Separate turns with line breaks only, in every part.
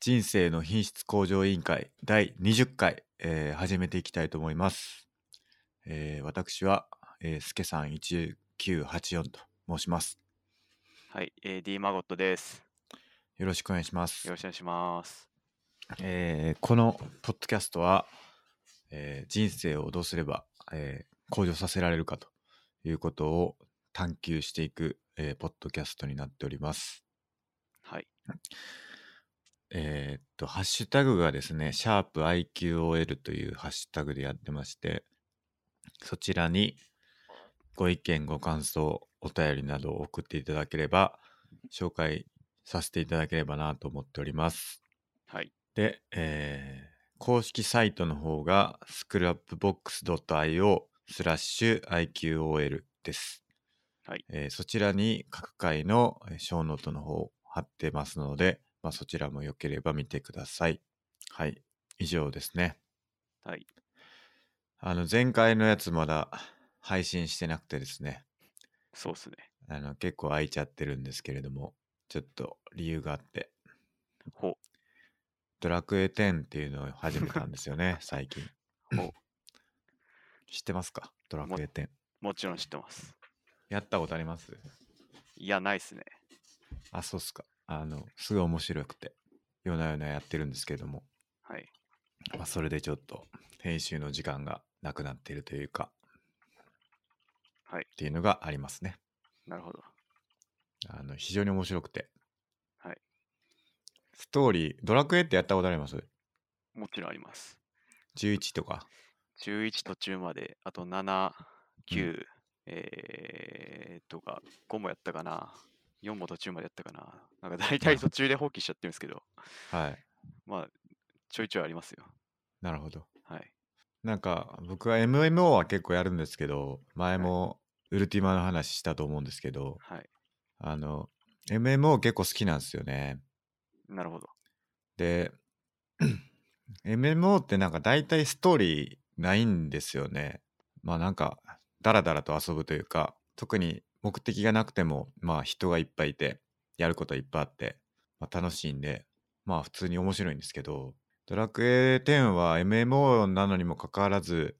人生の品質向上委員会第20回、えー始めていきたいと思います。えー私は、えー、すけさん1984と申します。
はい、えー、D マゴットです。
よろしくお願いします
よ。ろしくお願いします。
えーこのポッドキャストは、えー人生をどうすれば、えー向上させられるかということを探求していく、えーポッドキャストになっております。
はい、
えーっと、ハッシュタグがですね、シャープ i q o l というハッシュタグでやってまして、そちらにご意見、ご感想、お便りなどを送っていただければ、紹介させていただければなと思っております。
はい、
で、えー公式サイトの方が scrapbox.io スラッシュ IQOL です、
はい
えーそちらに各回のえーショーノートの方を貼ってますので、まあ、そちらもよければ見てください。はい、以上ですね。
はい、
あの前回のやつまだ配信してなくてですね、
そうっすね。
あの結構空いちゃってるんですけれども、ちょっと理由があって、
ほ
ドラクエ10っていうのを始め たんですよね、最近。
ほ
知ってますかドラクエ10。
う、もちろん知ってます。
やったことあります
いや、ないっすね。
あ、そうっすか。あの、すごい面白くて、夜な夜なやってるんですけども、
はい、
まあ、それでちょっと編集の時間がなくなっているというか、
はい
っていうのがありますね。
なるほど。
あの、非常に面白くて。
はい。
ストーリー、ドラクエってやったことあります
もちろんあります。
?11 とか。
11途中まで、あと7、
うん
9、えーとか、5もやったかな。4も途中までやったかな。なんか大体途中で放棄しちゃってるんですけど、
はい。
まあ、ちょいちょいありますよ。
なるほど。
はい。
なんか僕は MMO は結構やるんですけど前もウルティマの話したと思うんですけど
はい。
あの MMO 結構好きなんですよね
なるほど。
で MMO ってなんか大体ストーリーないんですよねまあなんかダラダラと遊ぶというか特に目的がなくてもまあ人がいっぱいいてやることいっぱいあって、まあ、楽しいんでまあ普通に面白いんですけどドラクエ10は MMO なのにもかかわらず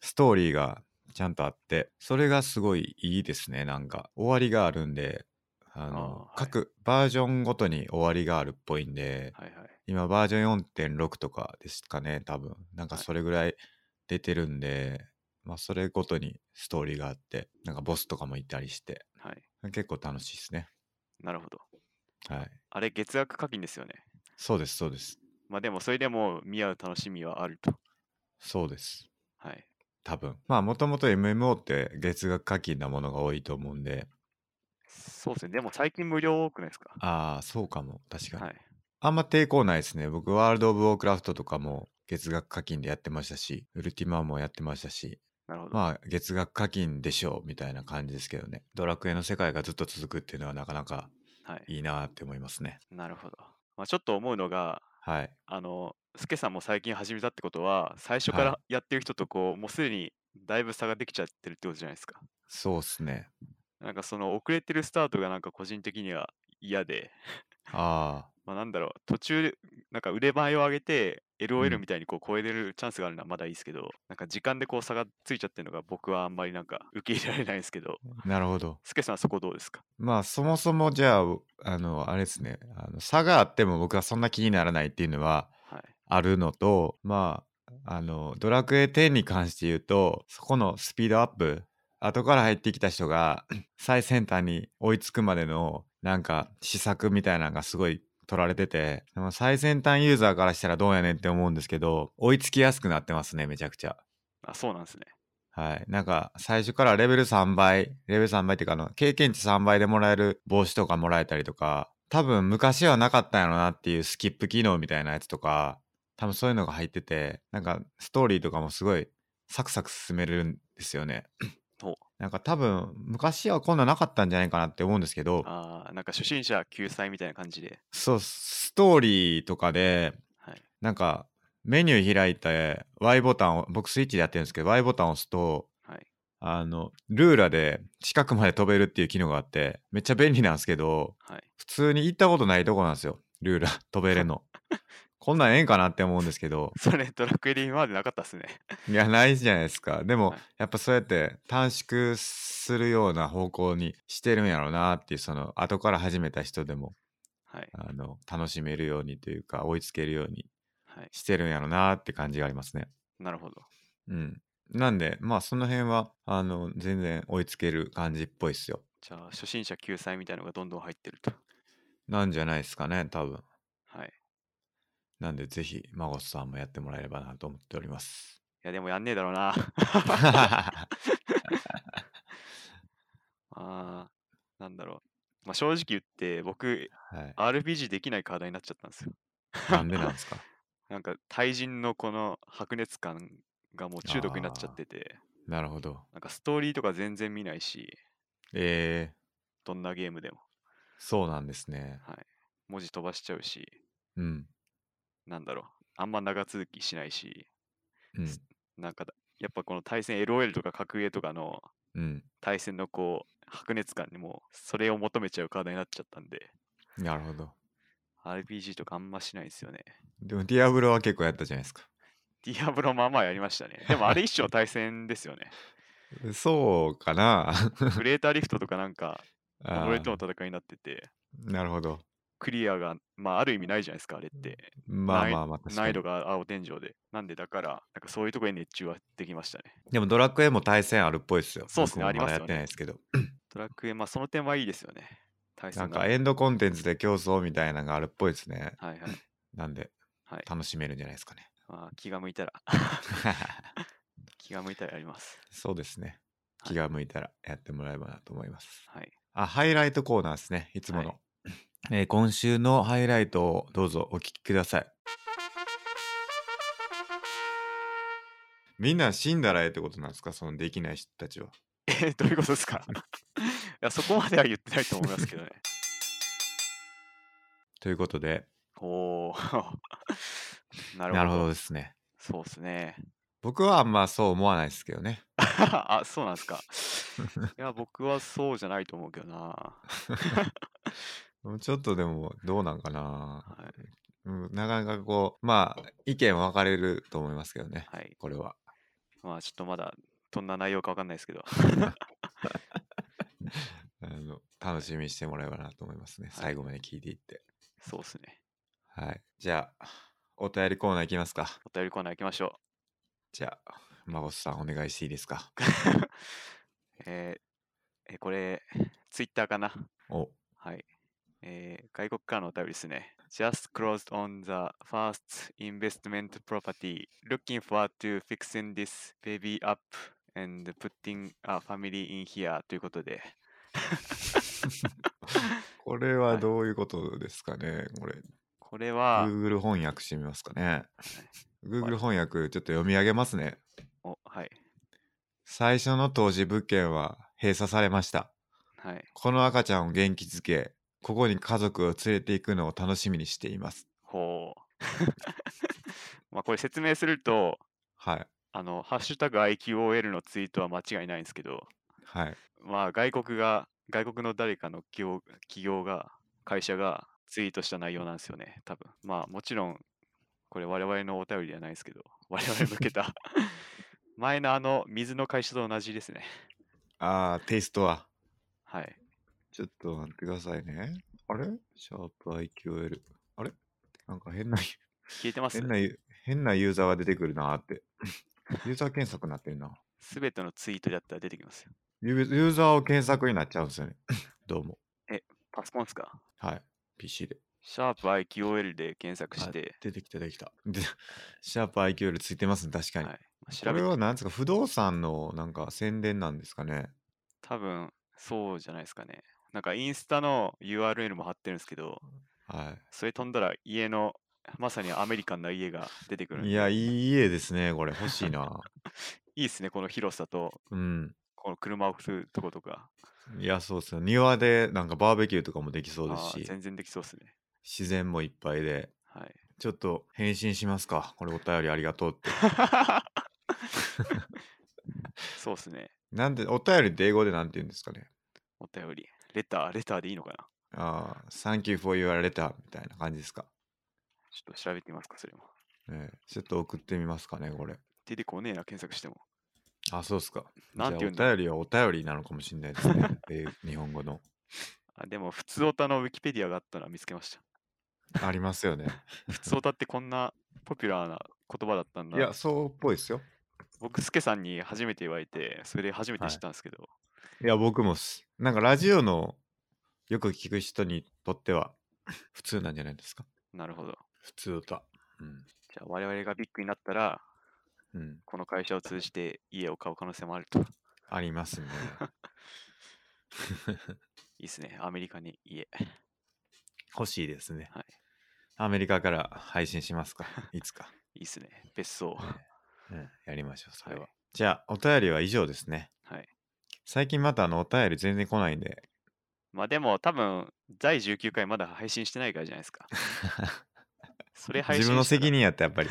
ストーリーがちゃんとあってそれがすごいいいですねなんか終わりがあるんであの
あーはい
各バージョンごとに終わりがあるっぽいんで、
はいはい。
今バージョン4.6とかですかね多分なんか
はい
それぐらい出てるんで、まあそれごとにストーリーがあってなんかボスとかもいたりして
はい。
結構楽しいですね
なるほど。
はい
あれ、月額課金ですよね。
そうですそうです
まあでも、それでも見合う楽しみはあると。
そうです
はい。
多分まあもともと MMO って月額課金なものが多いと思うんで
そうですね。でも最近無料多くないですか
ああそうかも確かに、
はい。
あんま抵抗ないですね僕ワールド・オブ・ウォークラフトとかも月額課金でやってましたしウルティマもやってましたし
なるほど。
まあ月額課金でしょうみたいな感じですけどねドラクエの世界がずっと続くっていうのはなかなか
はい。
いいなって思いますね
なるほど。まあ、ちょっと思うのが、
はい
あの、スケさんも最近始めたってことは、最初
はい
からやってる人とこう、もうすでにだいぶ差ができちゃってるってことじゃないですか。
そうっすね
なんかその遅れてるスタートがなんか個人的には嫌で、
ああ
まあなんだろう、途中、なんか腕前を上げて、
う
LOL
ん
みたいにこう超えれるチャンスがあるのはまだいいですけど、なんか時間でこう差がついちゃってるのが僕はあんまりなんか受け入れられないんですけど、
なるほど
スケさんそこどうですか
まあそもそもじゃああのあれですねあの差があっても僕はそんな気にならないっていうのは
はい。
あるのとまああのドラクエ10に関して言うとそこのスピードアップ後から入ってきた人が 最先端に追いつくまでのなんか施策みたいなのがすごい取られててでも最先端ユーザーからしたらどうやねんって思うんですけど追いつきやすくなってますねめちゃくちゃ
あ、そうなんですね。
はいなんか最初からレベル3倍レベル3倍っていうかあの経験値3倍でもらえる帽子とかもらえたりとか多分昔はなかったんやろなっていうスキップ機能みたいなやつとか多分そういうのが入っててなんかストーリーとかもすごいサクサク進めれるんですよね
ほう。
なんか多分昔はこんななかったんじゃないかなって思うんですけど
ああ、なんか初心者救済みたいな感じで。
そうストーリーとかで
はい。
なんかメニュー開いて Y ボタンを僕スイッチでやってるんですけど Y ボタンを押すと
はい。
あのルーラで近くまで飛べるっていう機能があってめっちゃ便利なんですけど
はい。
普通に行ったことないとこなんですよルーラ飛べるのこんなんええんかなって思うんですけど、
それドラクエで今までなかったっすね。
いや、ないじゃないですか。でも
はい、
やっぱそうやって短縮するような方向にしてるんやろうなっていう、その、後から始めた人でも、
はい。
あの、楽しめるようにというか、追いつけるように
はい。
してるんやろうなって感じがありますね。
なるほど。
うん。なんで、まあ、その辺は、あの、全然追いつける感じっぽいっすよ。
じゃあ、初心者救済みたいなのがどんどん入ってると。
なんじゃないですかね、多分。
はい。い
なんで、ぜひ、マゴスさんもやってもらえればなと思っております。
や、でもやんねえだろうな。
は
あー、なんだろう。まあ、正直言って、僕、
い。
RPG できない課題になっちゃったんですよ。
なんでなんですか
なんか、対人のこの白熱感がもう中毒になっちゃってて、
なるほど。
なんかストーリーとか全然見ないし、
えー、
どんなゲームでも、
そうなんですね。
はい。文字飛ばしちゃうし、
うん。
なんだろう。あんま長続きしないし、
うん。
なんかだ、やっぱこの対戦 LOL とか格ゲーとかの
うん。
対戦のこう、白熱感にもう、それを求めちゃう課題になっちゃったんで、
なるほど。
RPG とかあんましないんですよね。
でも、ディアブロは結構やったじゃないですか。
ディアブロまあまあやりましたね。でもあれ一生対戦ですよね。
そうかな
グレーターリフトとかなんか、
あ
俺との
ー
戦いになってて、
なるほど。
クリアが、まあある意味ないじゃないですか、あれって。
まあ
難易
まあまあ、確
難
か
易
に
度。が青天井で。なんでだから、なんかそういうところに熱中はできましたね。
でも、ドラクエも対戦あるっぽいっすよ。
そうっす
僕
ね
も
あります
だやっ
よね
てないですけど。
ドラクエ、まあその点はいいですよね。対戦
なんか
が
エンドコンテンツで競争みたいなのがあるっぽいですね。
はいはい。
なんで、
はい
楽しめるんじゃないですかね。
まあ気が向いたら、 気が向いたらやります。
そうですね。
はい
気が向いたらやってもらえればなと思います。
はい。
あ、ハイライトコーナーですね。いつもの。
は
えー今週のハイライトをどうぞお聞きください。みんな死んだらええってことなんですかそのできない人たちは。
えーどういうことですかいやそこまでは言ってないと思いますけどね。
ということで、
おお。 なるほ
な
ど。
るほどですね。
そうですね。
僕はあんまそう思わないですけどね。
あ、そうなんですか。いや、僕はそうじゃないと思うけどな。は
ちょっとでもどうなんかな。
い。
うん、なかなかこうまあ意見分かれると思いますけどね
はい、
これは
まあ、ちょっとまだ、どんな内容かわかんないですけど。
あの楽しみにしてもらえればなと思いますね、
い
最後まで聞いていって
そうですね。
はいじゃあお便りコーナーいきますか
お便りコーナー行きましょ
じゃあ孫さんお願いしていいですか
う。えーえーこれ、ツイッターかな。
お
はい。えー外国からのお便りですね。Just closed on the first investment property. Looking forward to fixing this baby up and putting a family in here ということで。
これはどういうことですかね、これ
これは、
Google 翻訳してみます かね Google 翻訳ちょっと読み上げますね
おはい。
最初の投資物件は閉鎖されました
はい。
この赤ちゃんを元気づけここに家族を連れて行くのを楽しみにしています
ほう。 まあこれ説明すると、
はい
あの、ハッシュタグ IQOL のツイートは間違いないんですけど、
はい
まあ外国が、外国の誰かの企業企業が、会社がツイートした内容なんですよね、多分。まあもちろん、これ我々のお便りではないですけど、 我々向けた。前のあの水の会社と同じですね。
あーテイストは
はい。
ちょっと待ってくださいね。あれシャープ IQL。あれなんか変な、
聞いてます
変な、変なユーザーが出てくるなーって。 ユーザー検索になってるな。
すべてのツイートだったら出てきますよ。
ユーユーザーを検索になっちゃうんですよね。 どうも。
パソコンですか
はい。PC で。
シャープ IQOL で検索
はい
して、
出てきた、出てきた。でシャープ IQL ついてますね、確か
はい
に。
まあ調
こ
べ
れはなんですか、不動産のなんか宣伝なんですかね。
多分そうじゃないですかね。なんかインスタの URL も貼ってるんですけど、
は
それ飛んだら家の、まさにアメリカンな家が出てくるん
い。
で。
いや、いい家ですね、これ。欲しいな。
いいっすね、この広さと、
うん。
この車を振るとことか。
いや、そうですよ。庭でなんかバーベキューとかもできそうです
あー
し。
全然できそうっすね。
自然もいっぱいで
はい。
ちょっと返信しますかこれお便りありがとうって
そうっすね。
なんでお便りって英語でなんて言うんですかね
お便り。レター、レターでいいのかな
ああ Thank you for your letter みたいな感じですか
ちょっと調べてみますか、それも。
ええちょっと送ってみますかね、これ。
出てこねえな、検索しても。
あ、そうっすか。
なんて言うん
じゃ
だ
あお便りはお便りなのかもしれないですね。 えー日本語の。
あでも、普通オタのウィキペディアがあったら見つけま した。
ありますよね。
普通オタってこんなポピュラー な言葉だったん
い
だ。
や、そうっぽいですよ。
僕、スケさんに初めて言われて、それで初めて
はい
知ったんですけど、
いや、僕もっす。なんかラジオのよく聞く人にとっては普通なんじゃないですか。
なるほど。
普通だ。うん。
じゃあ、我々がビッグになったら、
うん。
この会社を通じて家を買う可能性もあると。い
あり ますね。
いですね、アメリカに家。
欲しいですね。
はい
アメリカから配信し ますか。いつか。
いいですね、別荘。
うん、やりましょう、それは。
はい
じゃあ、お便りは以上ですね。
はい。
最近またあのお便り全然来ないんで。
まあでも、多分第19回まだ配信してないからじゃないですか。それ配信
自分の
したら
責任やった、やっ ぱり。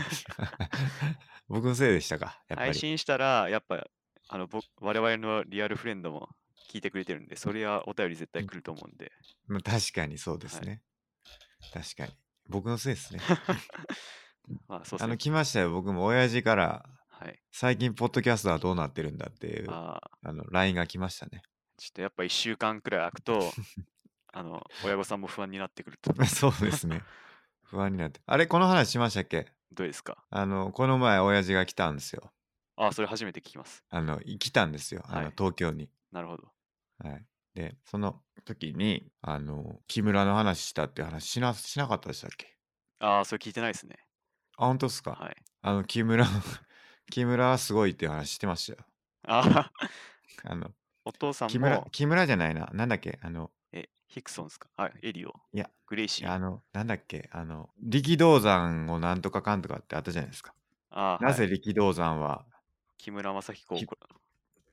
僕のせいでしたか、やっぱり。
配信したら、やっぱ、あの、僕我々のリアルフレンドも聞いてくれてるんで、それはお便り絶対来ると思うんで、
まあ、確かにそうですね。確かに。僕のせいです ね。
まあ、そうで
あの、
すね。
来ましたよ。僕も親父から、
はい。
最近、ポッドキャストはどうなってるんだっていう、あ
ああ、
の、LINE が来ましたね。
ちょっとやっぱ1週間くらい空く と、あの、親御さんも不安になってくると。
そうですね。不安になって。あれ、この話しましたっけ
どうですか
あの、この前、親父が来たんですよ。
ああ、それ初めて聞きます。
あの、い来たんですよ。あ
は
の
い、
東京に。
なるほど。
はい。で、その時に、あの、木村の話したっていう話しな、しなかったでしたっけ
ああ、それ聞いてないですね。
あ、本当っすか、
はい。
あの、木村 の木村はすごいっていう話してましたよ。
ああ、
あの、
お父さん
木村
も、、
木村じゃないな。なんだっけあの、
え、ヒクソンですかあ、エリオ。
いや、
グレイシー。
あの、なんだっけあの、力道山をなんとかかんとかってあったじゃないですか。
ああ、
な
はい
ぜ力道山は、
木村正彦を
き
こ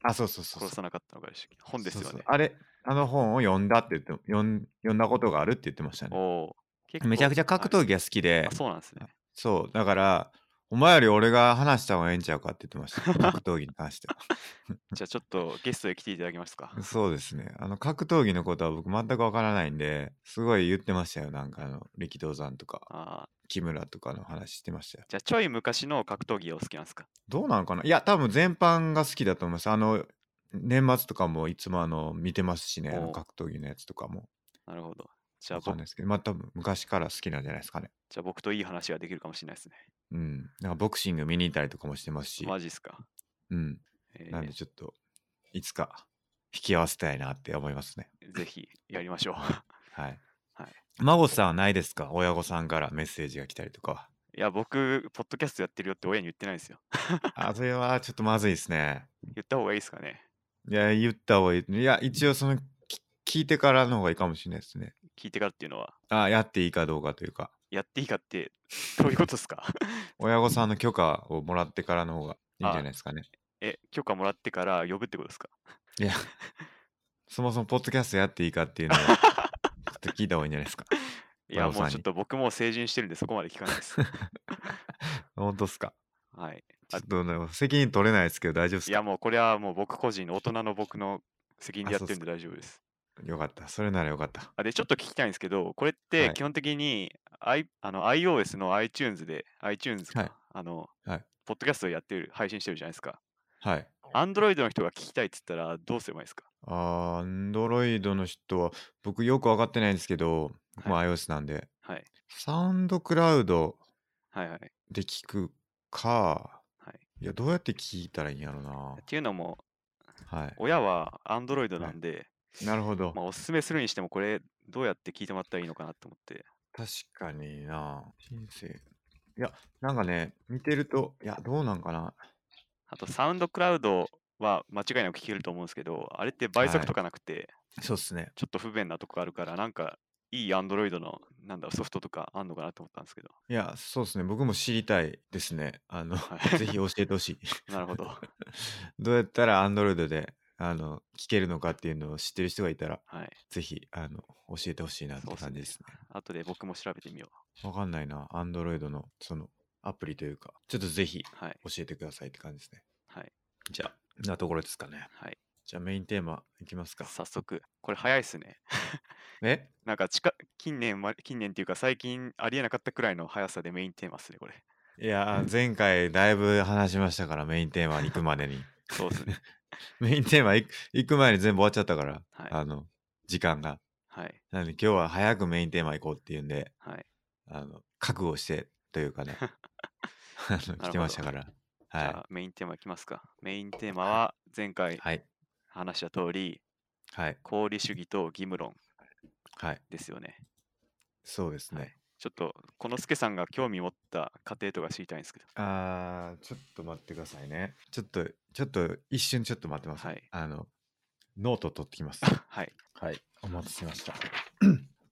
あ、そうそうそうそう。
殺さなかったのが本ですよ
そう
ね
そう。あれ、あの本を読んだって言って、読ん読んだことがあるって言ってました
お
ね。
おー。
めちゃくちゃ格闘技
技。
が好きで
あ、そうなんですね。
そう、だから、お前より俺が話した方がええんちゃうかって言ってました。格闘技に関しては。
じゃあちょっとゲストで来ていただけますか。
そうですね。あの、格闘技のことは僕全くわからないんで、すごい言ってましたよ。なんかあの、力道山とか、
ああ、
木村とかの話してましたよ。
じゃあちょい昔の格闘技を好きなんですか。
どうなのかないや、多分全般が好きだと思います。あの、年末とかもいつもあの、見てますしね、あ
お
の
う
格闘技のやつとかも。
なるほど。じゃあ
わかん
僕
ないですけど、まあ多分昔から好きなんじゃないですかね。
じゃあ僕といい話ができるかもしれないですね。
うん。なんかボクシング見に行ったりとかもしてますし、
マジっすか。
うん。
えー
なんでちょっと、いつか引き合わせたいなって思いますね。
ぜひやりましょう。
はい。
はい
孫さんはないですか親御さんからメッセージが来たりと か
いや、僕、ポッドキャストやってるよって親に言ってないんですよ。
は。あ、それはちょっとまずいですね。
言った方がいいですかね。
いや、言った方がいい。いや、一応その、き聞いてからの方がいいかもしれないですね。
聞いてからっていうのは、
あ、やっていいかどうかというか、
やっていいかって、どういうことですか
親御さんの許可をもらってからの方がいいんじゃないですかね。
え、許可もらってから呼ぶってことですか
いや、そもそもポッドキャストやっていいかって いうのをちょっと聞いた方がいいんじゃないですか。
いや、
親御さんに
もうちょっと僕も成人してるんでそこまで聞かな いです。
本当っすか
はい。
ちょっとね責任取れないですけど大丈夫です
い
か
や、もうこれはもう僕個人の大人の僕の責任で
あ
や
そ
っ
う
て
っす
るんで大丈夫です。
よかった。それならよかった。
あで、ちょっと聞きたいんですけど、これって
はい
基本的に、I あの iOS の iTunes で、iTunes か、
はい
あの、
はい
ポッドキャストやってる、配信してるじゃないですか。
はい。
Android の人が聞きたいって言ったらどうすればいいですか
あー、アンドロイドの人は、僕よくわかってないんですけど、僕も iOS なんで、
はい。
サウンドクラウド
はいはい。
で聞くか、
はい、
いや、どうやって聞いたらいいんやろな
っ。ていうのも、
はい。
親は Android
い
なんで、
なるほど
ま。あ、おすすめするにしても、これ、どうやって聞いてもらったらいいのかなと思って。
確かにな。人生。いや、なんかね、見てると、いや、どうなんかな。
あと、サウンドクラウドは間違いなく聞けると思うんですけど、あれって倍
は
速
い
とかなくて、
そうっすね。
ちょっと不便なとこあるから、なんか、いい Android の、なんだろう、ソフトとかあんのかなと思ったんです けど。
いや、そうっすね。僕も知りたいですね。あの、
はい
ぜひ教えてほしい。
なるほど。
どうやったら Android で、あの、聞けるのかっていうのを知ってる人がいたら、
はい。
ぜひ、あの、教えてほしいなって
そうっす
感じ
ね
ですね。
後で僕も調べてみよ
わかんないな。Android の、その、アプリというか、ちょっとぜひ、
う。はい。
教えてくださいって感じですね。
はい。
じゃあ、なところですかね。
はい。
じゃあメインテーマいきますか。
早速、これ早いっすね。
え
なんか近、近年ま、近年っていうか最近ありえなかったくらいの速さでメインテーマっすね、これ。
いやー、前回だいぶ話しましたから、メインテーマに行くまで に。
そうで すね。
メインテーマ行く行く前に全部終わっちゃったから、
はい
あの、時間が。
はい。
なので今日は早くメインテーマ行こうっていうんで、
はい。
あの、覚悟してという かね、あの来てましたから。
じゃ
は
あメインテーマいきますか。メインテーマは前回
い。はい。
話した通り、
はい。
功利主義と義務論
はい。
ですよね。
そうですね。
ちょっと、このすけさんが興味持った過程とか知りたいんですけど。
あー、ちょっと待ってくださいね。ちょっと、ちょっと、一瞬ちょっと待ってます。
はい
あの、ノート取ってきます。
はい。
はい、お待たせしました。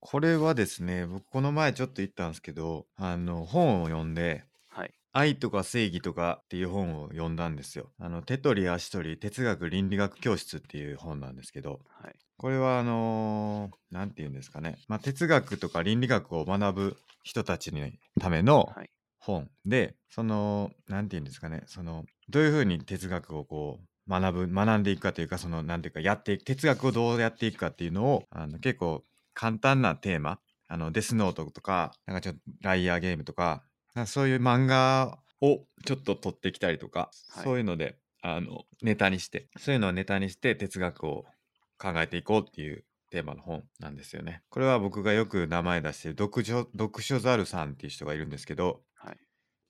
これはですね、僕この前ちょっと言ったんですけど、あの本を読んで、
はい。
愛とか正義とかっていう本を読んだんですよ。あの手取り足取り哲学倫理学教室っていう本なんですけど、
はい。
これはあのーなんて言うんですかね、まあ、哲学とか倫理学を学ぶ人たちのための
はい。
本でそのなんて言うんですかねそのどういうふうに哲学をこう学ぶ学んでいくかというかそのなんていうかやっていく哲学をどうやっていくかっていうのをあの結構簡単なテーマあのデスノートとかなんかちょっとライアーゲームとかなんかそういう漫画をちょっと取ってきたりとか、
はい
そういうのであのネタにしてそういうのをネタにして哲学を考えていこうっていうテーマの本なんですよね。これは僕がよく名前出してる読書読書ザルさんっていう人がいるんですけど、
はい。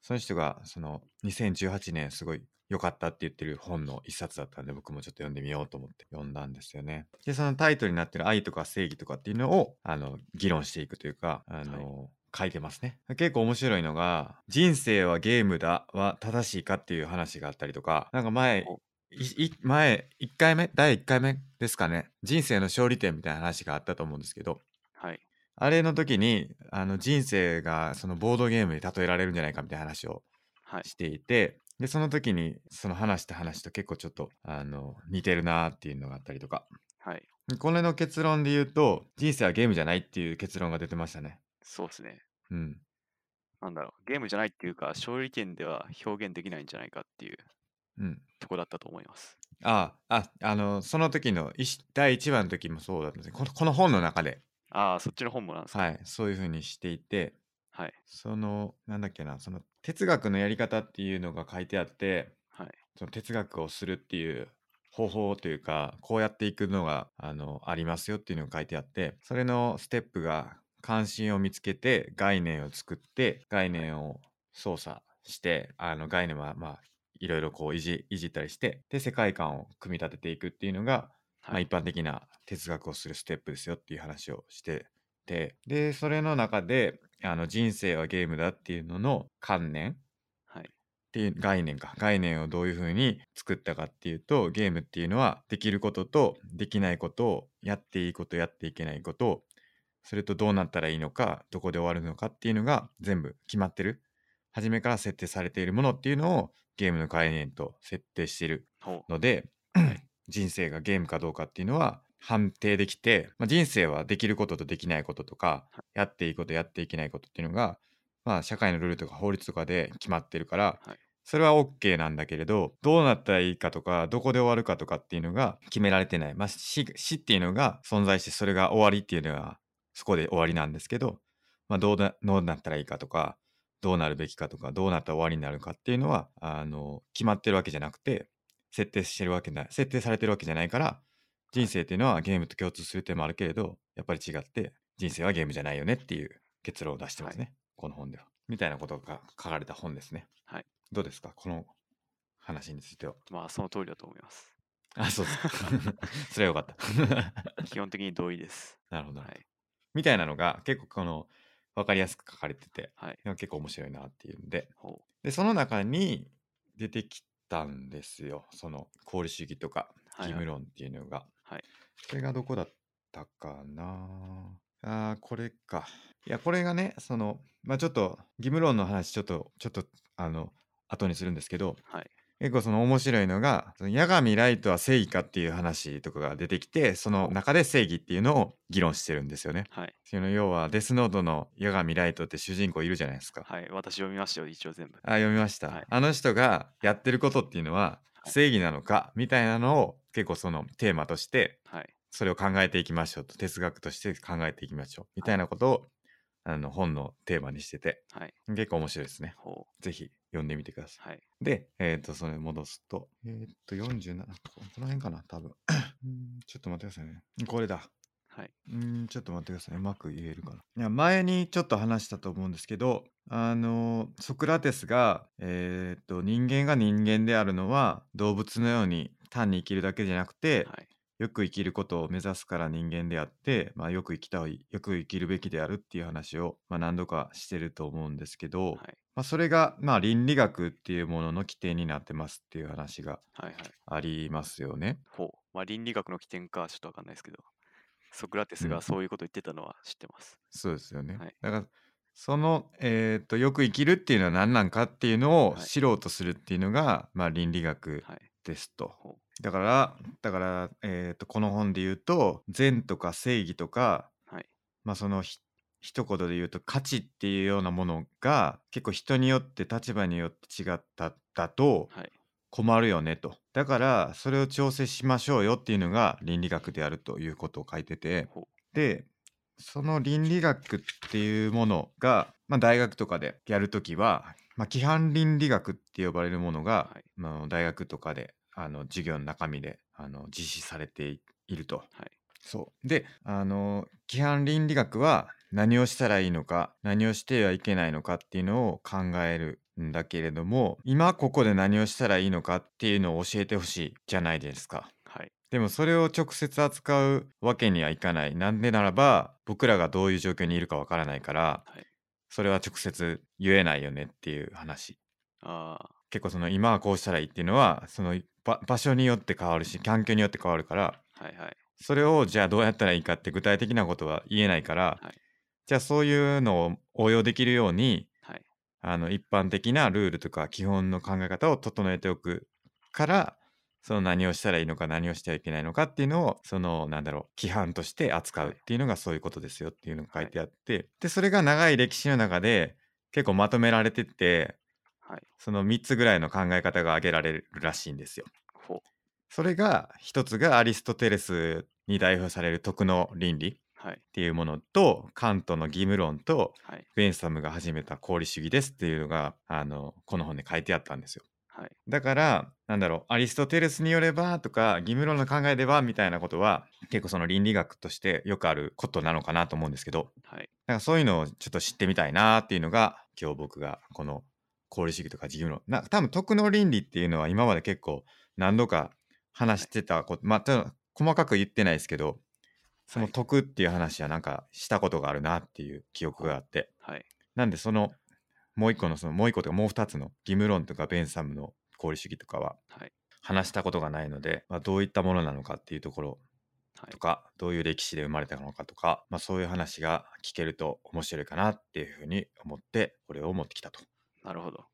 その人がその2018年すごい良かったって言ってる本の一冊だったんで僕もちょっと読んでみようと思って読んだんですよね。でそのタイトルになってる「愛とか正義」とかっていうのをあの議論していくというかあの、書いてますね。結構面白いのが「人生はゲームだ」は正しいかっていう話があったりとかなんか前
お
いい前1回目第1回目ですかね人生の勝利点みたいな話があったと思うんですけど
はい。
あれの時にあの人生がそのボードゲームに例えられるんじゃないかみたいな話を
はい。
していてでその時にその話した話と結構ちょっとあの似てるなっていうのがあったりとか
はい。
これの結論で言うと人生はゲームじゃないっていう結論が出てましたね
そうですね。
うん
なんだろう。ゲームじゃないっていうか、勝利点では表現できないんじゃないかっていう
うん
とこだったと思います。
あああのその時の一第1話の時もそうだったんですけどこのこの本の中で
ああ、そっちの本もなんですか。
はいそういう風にしていて
はい。
そのなんだっけなその哲学のやり方っていうのが書いてあって
はい。
その哲学をするっていう方法というかこうやっていくのがあのありますよっていうのが書いてあってそれのステップが関心を見つけて概念を作って概念を操作してあの概念はまあいろいろこういじいじったりしてで世界観を組み立てていくっていうのが、ま
は
あ、
い
一。般的な哲学をするステップですよっていう話をしててでそれの中であの人生はゲームだっていうのの観念
はい。
っていう概念か概念をどういうふうに作ったかっていうとゲームっていうのはできることとできないことをやっていいことやっていけないことそれとどうなったらいいのかどこで終わるのかっていうのが全部決まってる初めから設定されているものっていうのをゲームの概念と設定している
ほう。
ので
はい
人生がゲームかどうかっていうのは判定できて、まあ、人生はできることとできないこととかやっていいことやっていけないことっていうのが、まあ、社会のルールとか法律とかで決まってるから、
はい
それは OK なんだけれどどうなったらいいかとかどこで終わるかとかっていうのが決められてない、まあ、死死っていうのが存在してそれが終わりっていうのはそこで終わりなんですけど、まあ、どうだどうなったらいいかとかどうなるべきかとかどうなったら終わりになるかっていうのはあの決まってるわけじゃなくて設定してるわけない設定されてるわけじゃないから人生っていうのはゲームと共通する点もあるけれどやっぱり違って人生はゲームじゃないよねっていう結論を出してますね、この本ではみたいなことが書かれた本ですね
はい
どうですかこの話については
まあ、その通りだと思います。
あそうですか それはよかった
基本的に同意 です。
なるほど、
はい。
みたいなのが結構この分かりやすく書かれてて
はい。
でも結構面白いなっていうんで
ほう。
でその中に出てきたんですよその功利主義とか
は
義
いは
務
い。
論っていうのが、
はい
それがどこだったかなあーこれかいやこれがねそのまあちょっと義務論の話ちょっとちょっとあの後にするんですけど
はい。
結構その面白いのがその八神ライトは正義かっていう話とかが出てきてその中で正義っていうのを議論してるんですよね。
はい。
その要はデスノートの八神ライトって主人公いるじゃないですか。
はい。私読みましたよ、一応全部。
あ読みました、
はい
あの人がやってることっていうのは
はい
正義なのかみたいなのを結構そのテーマとして
はい。
それを考えていきましょうと哲学として考えていきましょうみたいなことをあの本のテーマにしてて
はい。
結構面白いですね。
ほう。
ぜひ読んでみてください。
はい。
で、えっ、と、それ戻すと、えっ、と、47、ここの辺かな、多分 うんちょっと待ってくださいね。これだ。
はい。
うんちょっと待ってください。うまく言えるかな。いや前にちょっと話したと思うんですけど、あの、ソクラテスが、えっ、と、人間が人間であるのは動物のように単に生きるだけじゃなくて、
はい。
よく生きることを目指すから人間であって、まあ、よく生きた方がいいよく生きるべきであるっていう話を、まあ、何度かしてると思うんですけど、
はい。
まあ、それが、まあ、倫理学っていうものの規定になってますっていう話が
はい。はい。
ありますよね。
ほう。まあ、倫理学の起点かちょっとわかんないですけど、ソクラテス
うん
がそういうこと言ってたのは知ってます。
そうですよね。
はい
だからその、えー、とよく生きるっていうのは何なんかっていうのを
はい
知ろうとするっていうのが、まあ、倫理学
はい。
ですと。
ほ
だからだから、えー、とこの本で言うと善とか正義とか、
はい
まあ、そのひ一言で言うと価値っていうようなものが結構人によって立場によって違っただと
う。はい。
困るよねと。だからそれを調整しましょうよっていうのが倫理学であるということを書いてて
ほ
でその倫理学っていうものが、まあ、大学とかでやるときは、まあ、規範倫理学って呼ばれるものが、
はい
まあ大学とかであの授業の中身であの実施されていいると。
はい
そうであの規範倫理学は何をしたらいいのか何をしてはいけないのかっていうのを考えるんだけれども今ここで何をしたらいいのかっていうのを教えてほしいじゃないですか。
はい。
でもそれを直接扱うわけにはいかない。なんでならば僕らがどういう状況にいるかわからないから、
はい
それは直接言えないよねっていう話。
ああ。
結構その今はこうしたらいいっていうのはそのば場所によって変わるし環境によって変わるから
はいはい。
それをじゃあどうやったらいいかって具体的なことは言えないから、
はい
じゃあそういうのを応用できるように
はい。
あの一般的なルールとか基本の考え方を整えておくからその何をしたらいいのか何をしてはいけないのかっていうのをそのなんだろう規範として扱うっていうのがそういうことですよっていうのが書いてあって、でそれが長い歴史の中で結構まとめられてって
はい。
その3つぐらいの考え方が挙げられるらしいんですよ。
ほう。
それが一つがアリストテレスに代表される徳の倫理っ
はい。
ていうものとカントの義務論と
はい。
ベンサムが始めた功理主義ですっていうのがあのこの本で書いてあったんですよ。
はい。
だからなんだろうアリストテレスによればとか義務論の考えではみたいなことは結構その倫理学としてよくあることなのかなと思うんですけど
はい。
なんかそういうのをちょっと知ってみたいなっていうのが今日僕がこの功利主義とか自由のな多分徳の倫理っていうのは今まで結構何度か話してたこと、まあちょっと細かく言ってないですけどその
はい
徳っていう話はなんかしたことがあるなっていう記憶があって
はい。
なんでそのもう一個のそのもう一個とかもう二つの義務論とかベンサムの功利主義とかは
はい
話したことがないので、まあ、どういったものなのかっていうところ
はい
と。かどういう歴史で生まれたのかとか、まあ、そういう話が聞けると面白いかなっていうふうに思ってこれを持ってきたと。
なるほど。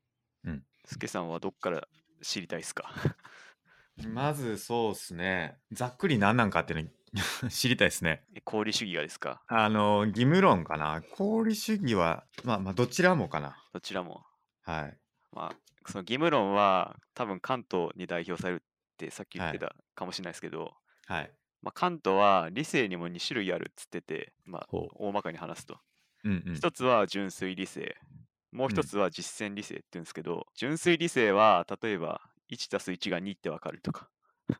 うん。
スケさんはどっから知りたいですか
まずそうですねざっくり何なんかっていうの 知りたいですね。
え功利主義がですか
あの義務論かな功利主義はまあまあどちらもかな。
どちらも。
はい、
まあ、その義務論は多分関東に代表されるってさっき言って
は
たかもしれないですけど、
はい
まあ、関東は理性にも2種類あるっつってて、まあ、
ほう
大まかに話すと。
うんうん、
一つは純粋理性、もう
うん
一つは実践理性って言うんですけど、純粋理性は例えば1たす1が2ってわかるとか、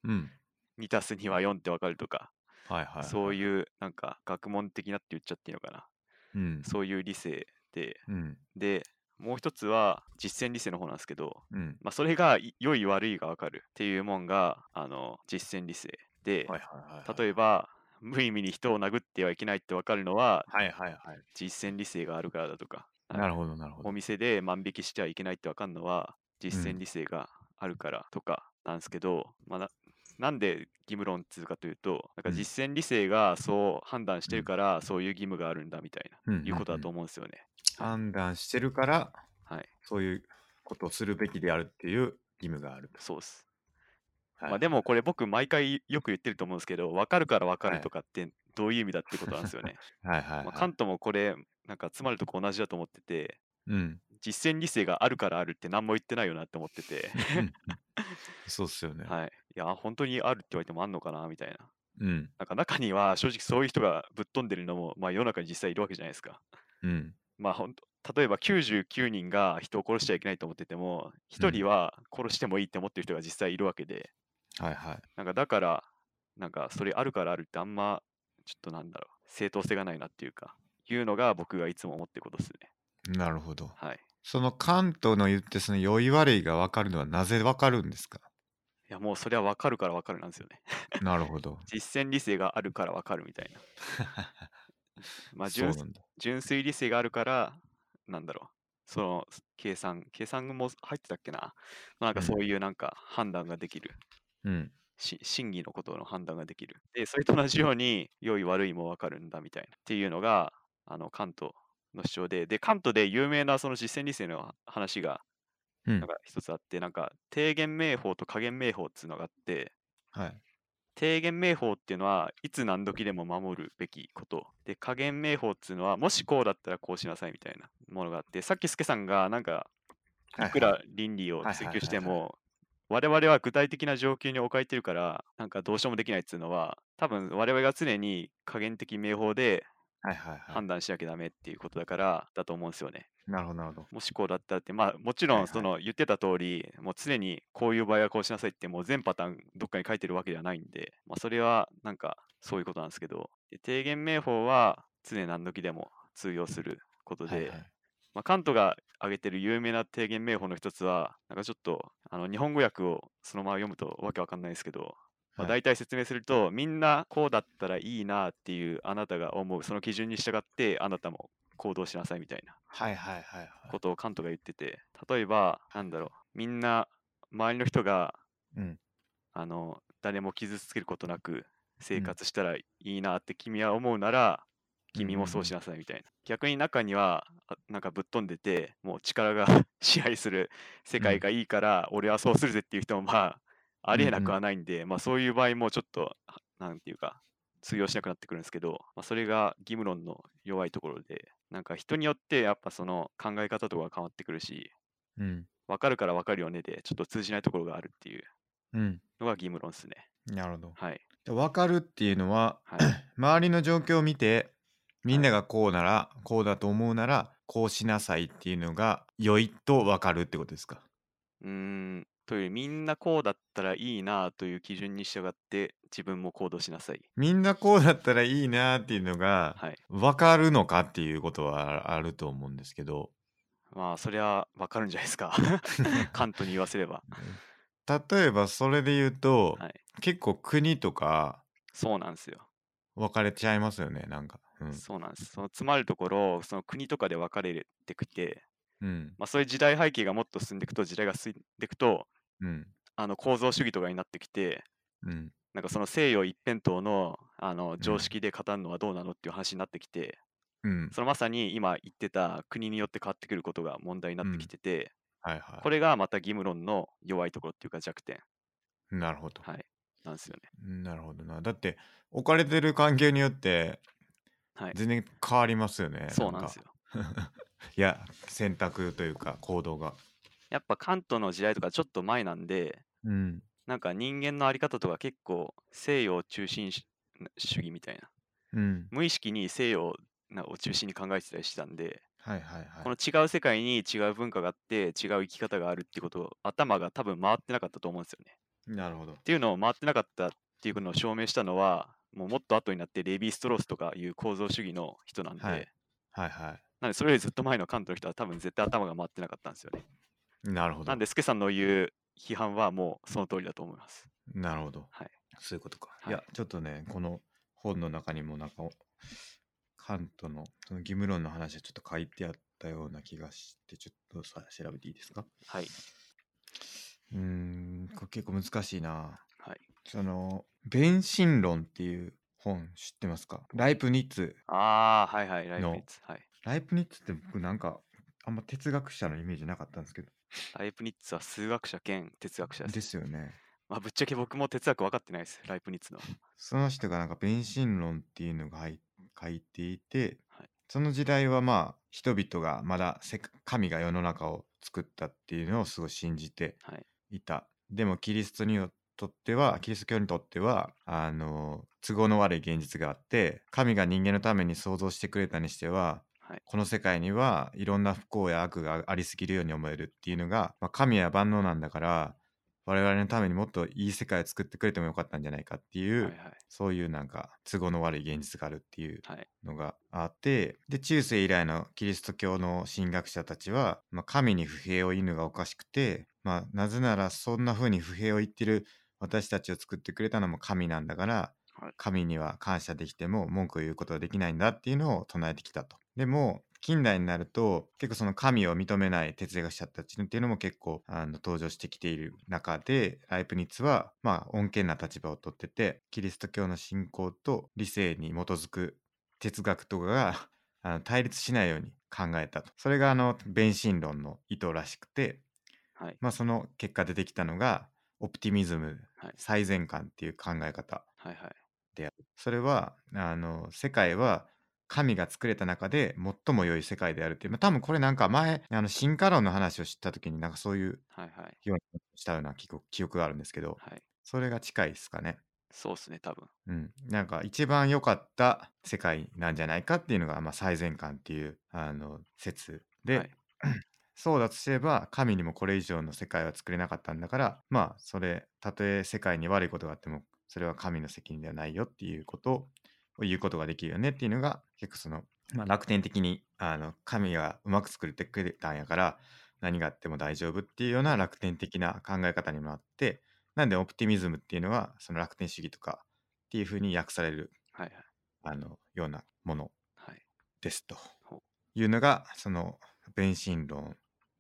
うん、
2たす2は4ってわかるとか、
はいはい、
そう
う、
いうなんか学問的なって言っちゃっていいのかな。
うん
そういう理性で、
うん
で、もう一つは実践理性の方なんですけど、
うん、
まあ、それがい良い悪いが分かるっていうもんがあの実践理性で、
はいはいはい
例え
ば
ば無意味に人を殴ってはいけないって分かるのは
はいはいはい
実践理性があるからだとか
なるほどなるほ
お
ど
店で万引きしてはいけないって分かるのは実
うん
践理性があるからとかなんですけど、まあ、ななんで義務論っつうかというとなん
う
か
ん
実践理性がそう判断して
う
る
ん
からそういう義務があるんだみたいな、
うんうん
いうことだと
うん
思うんですよね。
判断してるから
はい、
そういうことをするべきであるっていう義務があると、
そうっす。
はい
まあ、でもこれ僕毎回よく言ってると思うんですけど分かるから分か
は
る
い
とかってどういう意味だってことなんですよね。
はいはい、はい
まあ、カントもこれなんかつまるとこ同じだと思ってて
うん
実践理性があるからあるって何も言ってないよなって思ってて
うんそうっすよね。
はいいや、本当にあるって言われてもあんのかなみたいな。
うん
なんか中には正直そういう人がぶっ飛んでるのも、まあ世の中に実際いるわけじゃないですか。
うん
まあ本当、例えば99人が人を殺しちゃいけないと思ってても、1人は殺してもいいって思ってる人が実際いるわけで、
はいはい
なんかだから、なんかそれあるからあるってあんま、ちょっとなんだろう、正当性がないなっていうか、いうのが僕がいつも思ってることですね。
なるほど
はい。
その関東の言ってその良い悪いが分かるのはなぜ分かるんですか
いやもうそれは分かるから分かるなんですよね。
なるほど
実践理性があるから分かるみた いな。 まあ
そう
純
なんだ
純粋理性があるから、なんだろう、そのす計算、計算も入ってたっけな。まあなんか
うん
そういうなんか判断ができる。
うん
し真偽のことの判断ができる。で、それと同じように、良い悪いも分かるんだみたいな。っていうのが、あの、関東の主張で。で、関東で有名なその実践理性の話が、
うん
なんか一つあって、なんか、低減名法と加減名法っていうのがあって、
はい
低減名法っていうのはいつ何時でも守るべきことで加減名法っていうのはもしこうだったらこうしなさいみたいなものがあってさっきスケさんが なんかいくら倫理を
はいはい
追求して
はいはい
も我々は具体的な状況に置かれてるからなんかどうしようもできないっていうのは多分我々が常に加減的名法で
はいはいはい
判断しなきゃダメっていうことだからだと思うんですよね。
なるほどなるほど
もしこうだったらって、まあもち
は
ろ
いは
ん
い
その言ってた通り、もう常にこういう場合はこうしなさいって、もう全パターンどっかに書いてるわけではないんで、まあそれはなんかそういうことなんですけど、で提言名法は常何時でも通用することで、
はいはい
まあ、関東が挙げてる有名な提言名法の一つは、なんかちょっとあの日本語訳をそのまま読むとわけわかんないですけど、まあ、
はい
大体説明すると、みんなこうだったらいいなっていうあなたが思う、その基準に従ってあなたも行動しなさいみたいな。
はいはいはいは
ことをカントが言ってて例えばなんだろうみんな周りの人が
いうん
あの誰も傷つけることなく
う
生
ん
活したらいいなって君は思うなら君もそうしなさいみたいな、逆に中にはあなんかぶっ飛んでてもう力が 支配する世
う
界
ん
がいいから俺はそうするぜっていう人もまあありえな
うん
く
うん
はないんで、まあそういう場合もちょっとはなんていうか通用しなくなってくるんですけど、まあ、それが義務論の弱いところでなんか人によってやっぱその考え方とかが変わってくるし
うん
分かるから分かるよねでちょっと通じないところがあるっていう
うん
のが義務論ですね
なるほど
はい
で分かるっていうのは
はい
周りの状況を見てみんながこうならこうだと思うならこうしなさいっていうのが良いと分かるってことですか
うーんというよりみんなこうだったらいいなあという基準に従って自分も行動しなさい
みんなこうだったらいいなっていうのが
はい
分かるのかっていうことはあると思うんですけど
まあそれは分かるんじゃないで すかカントに言わせれば
例えばそれで言うと、
はい
結構国とか
そうなんですよ
分かれちゃいますよねなんかうん
そうなんですその詰まるところその国とかで分かれてくて
うん
まあそういう時代背景がもっと進んでいくと時代が進んでいくと
うん
あの構造主義とかになってきて
うん
なんかその西洋一辺倒のあの
ん
常識で語るのはどうなのっていう話になってきて、
うん
そのまさに今言ってた国によって変わってくることが問題になって
う
き
ん
てて、
はいは
これがまた義務論の弱いところっていうか弱点
いなるほど、
はいなんですよね。
なるほどなだって置かれてる環境によって
はい、
全然変わりますよね、
そうなんですよ
か。いや選択というか行動が
やっぱ関東の時代とかちょっと前なんで
うん
なんか人間の在り方とか結構西洋中心主主義みたいな
うん
無意識に西洋なを中心に考えてたりしてたんで
はいはいはい
この違う世界に違う文化があって違う生き方があるってことを頭が多分回ってなかったと思うんですよね。
なるほど
っていうのを回ってなかったっていうのを証明したのはもうもっと後になってレヴィ・ストロースとかいう構造主義の人なんで、
はいはいは
なんでそれよりずっと前の関東の人は多分絶対頭が回ってなかったんですよね。
いなるほど
なんで、スケさんの言う批判はもうその通りだと思います。
なるほど、
はい
そういうことか、
は
い、
い
やちょっとねこの本の中にもなんかおカントのその義務論の話はちょっと書いてあったような気がしてちょっとさ調べていいですか
はい。
うーんこれ結構難しいな
はい、
その弁心論っていう本知ってますかライプニッツ
ああ、はいはい、ライプニッツ。はい、
ライプニッツって僕なんかあんま哲学者のイメージなかったんですけど
ライプニッツは数学者兼哲学者です。
ですよね
まあ、ぶっちゃけ僕も哲学分かってないです、ライプニッツの。
その人がなんか弁心論っていうのが入書いていて、
はい
その時代はまあ人々がまだ世界神が世の中を作ったっていうのをすごい信じて
はい
いたでもキリストによっとってはキリスト教にとってはあの都合の悪い現実があって神が人間のために創造してくれたにしては、
はい
この世界にはいろんな不幸や悪がありすぎるように思えるっていうのが、まあ、神は万能なんだから我々のためにもっといい世界を作ってくれてもよかったんじゃないかっていう、
はいはい。
そういうなんか都合の悪い現実があるっていう
はい
のがあってで中世以来のキリスト教の神学者たちは、まあ、神に不平を言うのがおかしくて、まあ、なぜならそんな風に不平を言ってる私たちを作ってくれたのも神なんだから
はい
神には感謝できても文句を言うことはできないんだっていうのを唱えてきたと。でも近代になると結構その神を認めない哲学者たちっていうのも結構あの登場してきている中でライプニッツはまあ穏健な立場をとっててキリスト教の信仰と理性に基づく哲学とかが あの対立しないように考えたとそれがあの弁神論の意図らしくて、
はい
まあ、その結果出てきたのがオプティミズム
はい
最善感っていう考え方
はいはい。
それはあの世界は神が作れた中で最も良い世界であるっていう、まあ、多分これなんか前あの進化論の話を知った時になんかそういう
はいはい。
ようにしたような記憶記憶があるんですけど
はい。
それが近いですかね。
そうっすね、多分。
うん、なんか一番良かった世界なんじゃないかっていうのが、まあ、最善感っていうあの説で、
はい
そうだとすれば神にもこれ以上の世界は作れなかったんだからまあそれたとえ世界に悪いことがあってもそれは神の責任ではないよっていうことを言うことができるよねっていうのが結構その、まあ、楽天的にあの神がうまく作れてくれたんやから何があっても大丈夫っていうような楽天的な考え方にもなってなんでオプティミズムっていうのはその楽天主義とかっていうふうに訳される
はいはい。
あのようなもの
はい。
ですと
ほう
いうのがその弁神論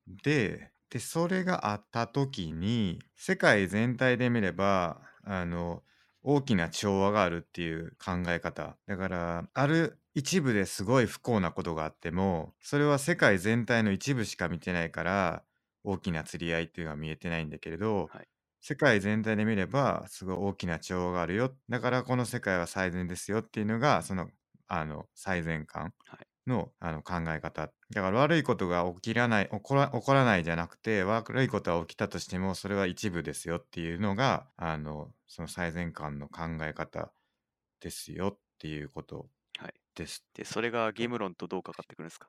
ででそれがあった時に世界全体で見ればあの大きな調和があるっていう考え方だからある一部ですごい不幸なことがあってもそれは世界全体の一部しか見てないから大きな釣り合いっていうのは見えてないんだけれど、
はい
世界全体で見ればすごい大きな調和があるよだからこの世界は最善ですよっていうのがそのあの最善感のあの考え方だから悪いことが起きらない起こら起こらないじゃなくて悪いことは起きたとしてもそれは一部ですよっていうのがあのその最善感の考え方ですよっていうこと
はい
です。
で、それがゲーム論とどうかかってくるんですか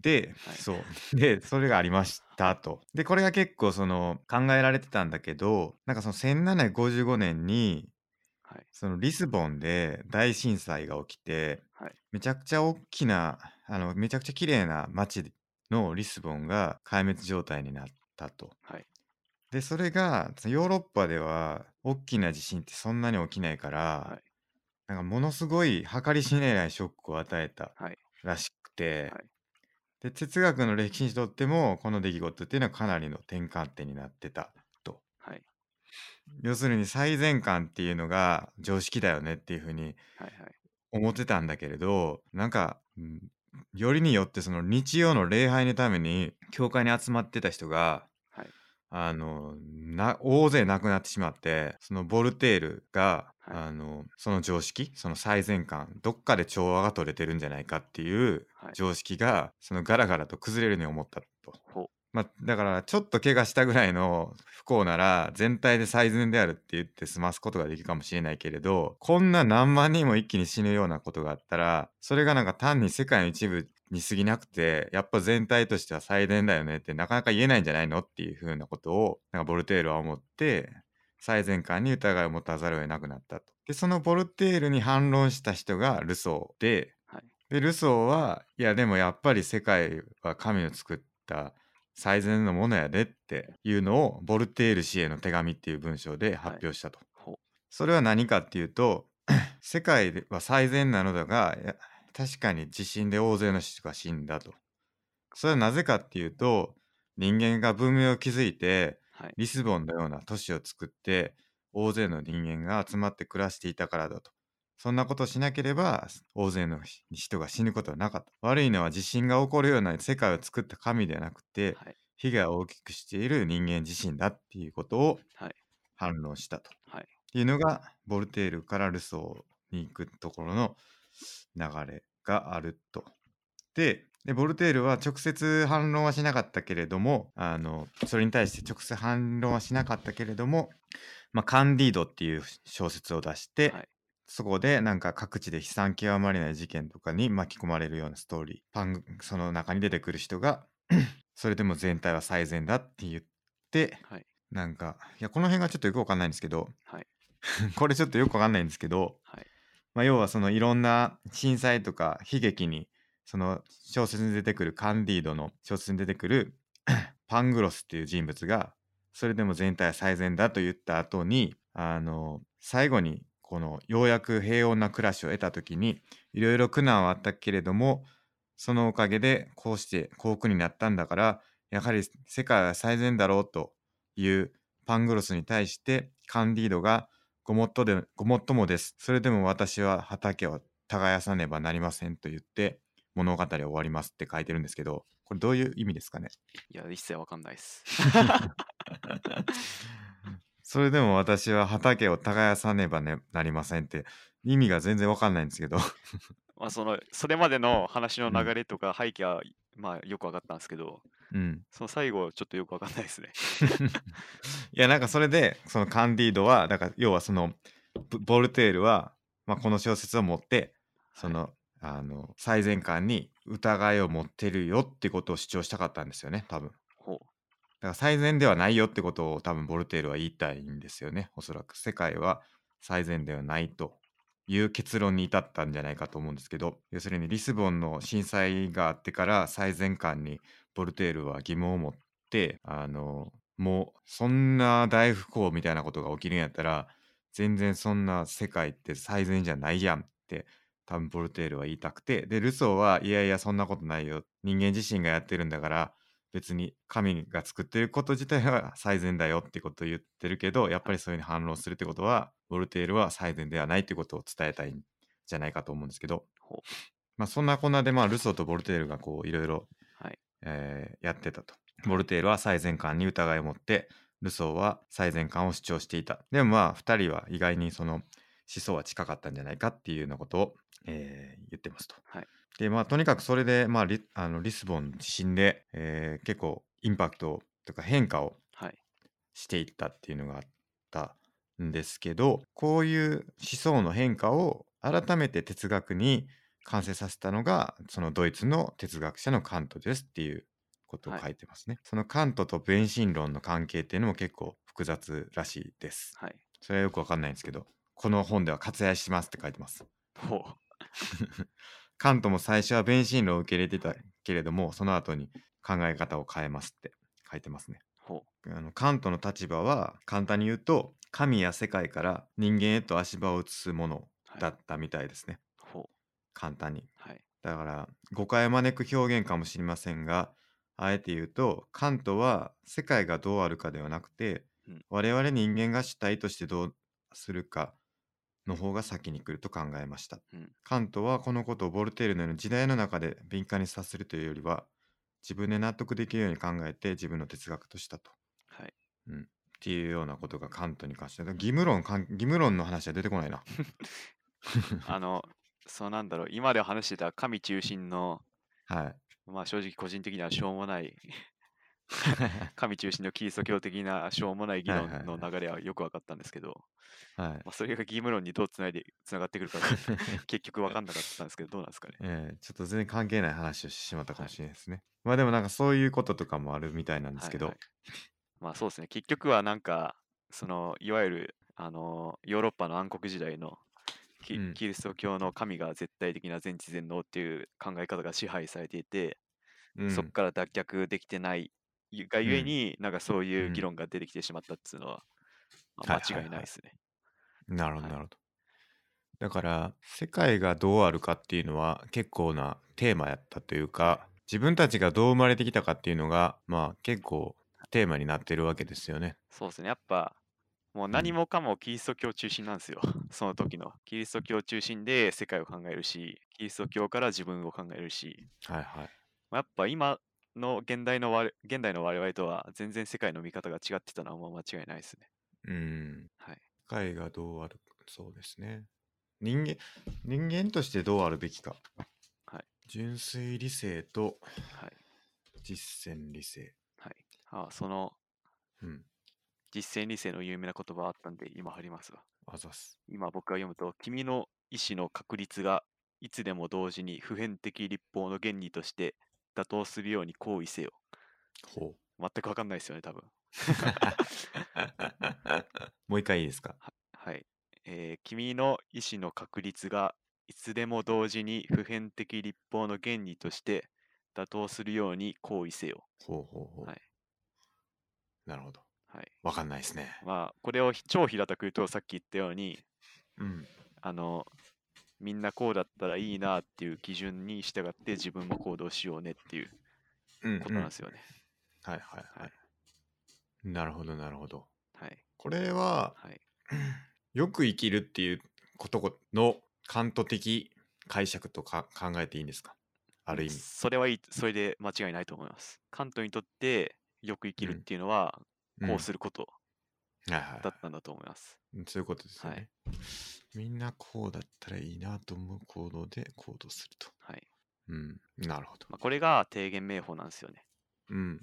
で、
はい
そうでそれがありましたと。でこれが結構その考えられてたんだけどなんかその1755年に
はい。
そのリスボンで大震災が起きて、
はい
めちゃくちゃ大きなあのめちゃくちゃ綺麗な街のリスボンが壊滅状態になったと。
はい
でそれがそのヨーロッパでは大きな地震ってそんなに起きないから、
はい
なんかものすごい計り知れないショックを与えた
はい
らしくて、
はい
で哲学の歴史にとってもこの出来事っていうのはかなりの転換点になってたと。
はい。
要するに最善感っていうのが常識だよねっていうふうに
はいはい。
思ってたんだけれどなんか、うんよりによってその日曜の礼拝のために教会に集まってた人が、
はい
あのな大勢亡くなってしまってそのボルテールが、
はい
あのその常識その最善感どっかで調和が取れてるんじゃないかっていう
はい。
常識がそのガラガラと崩れるように思ったと。
ほう
まあ、だからちょっと怪我したぐらいの不幸なら全体で最善であるって言って済ますことができるかもしれないけれどこんな何万人も一気に死ぬようなことがあったらそれがなんか単に世界の一部に過ぎなくてやっぱ全体としては最善だよねってなかなか言えないんじゃないのっていうふうなことをなんかボルテールは思って最善感に疑いを持たざるを得なくなったと。でそのボルテールに反論した人がルソーで
はい
でルソーはいやでもやっぱり世界は神の作った最善のものやでっていうのをボルテール氏への手紙っていう文章で発表したと。
ほう
それは何かっていうと 世界は最善なのだがいや確かに地震で大勢の人が死んだと。それはなぜかっていうと人間が文明を築いて
はい。
リスボンのような都市を作って大勢の人間が集まって暮らしていたからだと。そんなことをしなければ大勢のひ人が死ぬことはなかった。悪いのは地震が起こるような世界を作った神ではなくて
はい。
被害を大きくしている人間自身だっていうことを
はい
反論したと。
はい
っていうのがボルテールからルソーに行くところの流れがあると。ででボルテールは直接反論はしなかったけれどもあのそれに対して直接反論はしなかったけれども「まあ、カンディード」っていう小説を出して、
はい
そこでなんか各地で悲惨極まれない事件とかに巻き込まれるようなストーリーパンその中に出てくる人が それでも全体は最善だって言って、
はい
なんかいやこの辺がちょっとよくわかんないんですけど、
はい
これちょっとよくわかんないんですけど、
はい
まあ、要はそのいろんな震災とか悲劇にその小説に出てくるカンディードの小説に出てくる パングロスっていう人物がそれでも全体は最善だと言った後にあの最後にこのようやく平穏な暮らしを得た時にいろいろ苦難はあったけれどもそのおかげでこうして幸福になったんだからやはり世界は最善だろうというパングロスに対してカンディードがごもっとでごもっともですそれでも私は畑を耕さねばなりませんと言って物語は終わりますって書いてるんですけどこれどういう意味ですかね
いや、一切わかんないです。
それでも私は畑を耕さねば、ね、なりませんって意味が全然わかんないんですけど
まあ、その、それまでの話の
うん
流れとか背景は、まあ、よくわかったんですけど、
うん
その最後、ちょっとよくわかんないですね。
いやなんかそれでそのカンディードはだから要はそのボボルテールは、まあ、この小説を持って その,、あの最前観に疑いを持ってるよってことを主張したかったんですよね多分だ
ほ
から最善ではないよってことを多分ボルテールは言いたいんですよねおそらく世界は最善ではないという結論に至ったんじゃないかと思うんですけど要するにリスボンの震災があってから最前観にボルテールは疑問を持ってあのもうそんな大不幸みたいなことが起きるんやったら全然そんな世界って最善じゃないやんって多分ボルテールは言いたくてでルソーはいやいやそんなことないよ人間自身がやってるんだから別に神が作ってること自体は最善だよってことを言ってるけどやっぱりそういうふうに反論するってことはボルテールは最善ではないってことを伝えたいんじゃないかと思うんですけど
ほう
まあそんなこんなでまあルソーとボルテールがこういろいろ
はい
えーやってたと。ボルテールは最善感に疑いを持ってルソーは最善感を主張していた。でもまあ2人は意外にその思想は近かったんじゃないかっていうようなことを、えー言ってますと。
はい
でまあとにかくそれで、まあ、リあのリスボンの地震で、えー結構インパクトとか変化を
う。はい。
していったっていうのがあったんですけどこういう思想の変化を改めて哲学に完成させたのがそのドイツの哲学者のカントですっていうことを
はい
書いてますね。そのカントと弁心論の関係っていうのも結構複雑らしいです。
はい。
それはよくわかんないんですけどこの本では割愛しますって書いてます。
ほう。
カントも最初は弁心論を受け入れてたけれどもその後に考え方を変えますって書いてますね。
ほ
あのカントの立場は簡単に言うと神や世界から人間へと足場を移すもの
う。はい
だったみたいですね、
ほ
簡単に
う。 はい。
だから誤解を招く表現かもしれませんがあえて言うとカントは世界がどうあるかではなくて、
うん
我々人間が主体としてどうするかの方が先に来ると考えました、
うん
カントはこのことをボルテールのように時代の中で敏感にさせるというよりは自分で納得できるように考えて自分の哲学としたと
はい。
っていうようなことがカントに関してだから義務論かん義務論の話は出てこないな
あの、そうなんだろう。今で話してた神中心の、
はい
まあ正直個人的にはしょうもない、 神中心のキリスト教的なしょうもない議
はいはいは
論
い
の流れはよく分かったんですけど、
はい
まあ、それが義務論にどうつないでつながってくるか結局分かんなかったんですけど、どうなんですかね。
ええちょっと全然関係ない話をしてしまったかもしれないですね、まあでもなんかそういうこととかもあるみたいなんですけど、
はい はいまあそうですね。結局はなんか、そのいわゆるあのヨーロッパの暗黒時代のキ,、
うん
キリスト教の神が絶対的な全知全能っていう考え方が支配されていて、
うん
そこから脱却できてないゆがゆえ
うん
に、なんかそういううん議論が出てきてしまったっていうのは、まあ
はいはい
間
はい
違いないですね。
なるほど
はい
なるほど、だから世界がどうあるかっていうのは結構なテーマやったというか自分たちがどう生まれてきたかっていうのがまあ結構テーマになってるわけですよね
そうですね。やっぱ、もう何もかもキリスト教中心なんですよ。 その時の。キリスト教中心で世界を考えるし、キリスト教から自分を考えるし、
はいはい
まあやっぱ今の現代の我現代の我々とは全然世界の見方が違ってたのはもう間違いないですね。
うん
はい。
世界がどうあるそうですね人間人間としてどうあるべきか、
はい
純粋理性と
はい。
実践理性。
はい。あ、その
うん。
実践理性の有名な言葉あったんで、今貼りますわ。
あざす。
今僕が読むと、君の意思の確率がいつでも同時に普遍的立法の原理として妥当するように行為せよ。
ほう。
全くわかんないですよね、多分。
もう一回いいですか
はい。えー君の意思の確率がいつでも同時に普遍的立法の原理として妥当するように行為せよ。
ほうほうほう。
はい
なるほど。
はい。
わかんないですね。
まあ、これをひ超平たく言うと、さっき言ったように、
うん。
あの、みんなこうだったらいいなっていう基準に従って自分も行動しようねっていう
うん、
ことなん
は
で
い
すよね。
はいはい。
はい
なるほどなるほど。
はい。
これは、
はい。
よく生きるっていうことのカント的解釈とか考えていいんですかある意味。
それはいい、それで間違いないと思います。カントにとってよく生きるっていうのは、こうすること
うんはいはい
だったんだと思います。
そういうことですよね。みんなこうだったらいいなと思う行動で行動すると。
はい。
うん。なるほど。
まあ、これが提言名法なんですよね。
うん。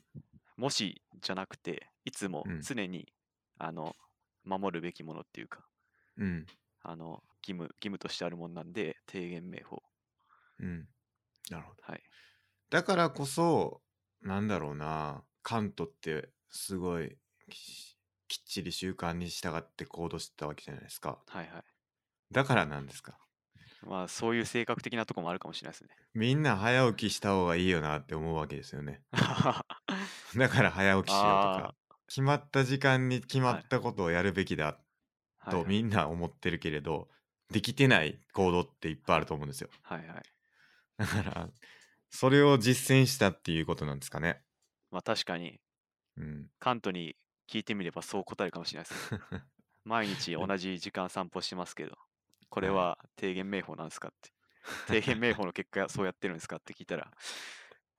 もしじゃなくて、いつも
うん
常に、あの守るべきものっていうか、
うん。
あの義務義務としてあるものなんで、提言名法。
うん。なるほど。
はい。
だからこそ、なんだろうな、カントってすごいききっちり習慣に従って行動してたわけじゃないですか。
はいはい。
だからなんですか。
まあ、そういう性格的なとこもあるかもしれないですね。
みんな早起きした方がいいよなって思うわけですよね。
あ
だから早起きしようと
あ
か、決まった時間に決まったことをやるべきだ
ー、は
と
い
みんな思ってるけれど、できてない行動っていっぱいあると思うんですよ。
はい。はいはい。
だから、それを実践したっていうことなんですかね。
まあ、確かに、
うん。
カントに聞いてみればそう答えるかもしれないですね。 毎日同じ時間散歩してますけど、これ
はい
は提言名法なんですかって。提言名法の結果、そうやってるんですかって聞いたら、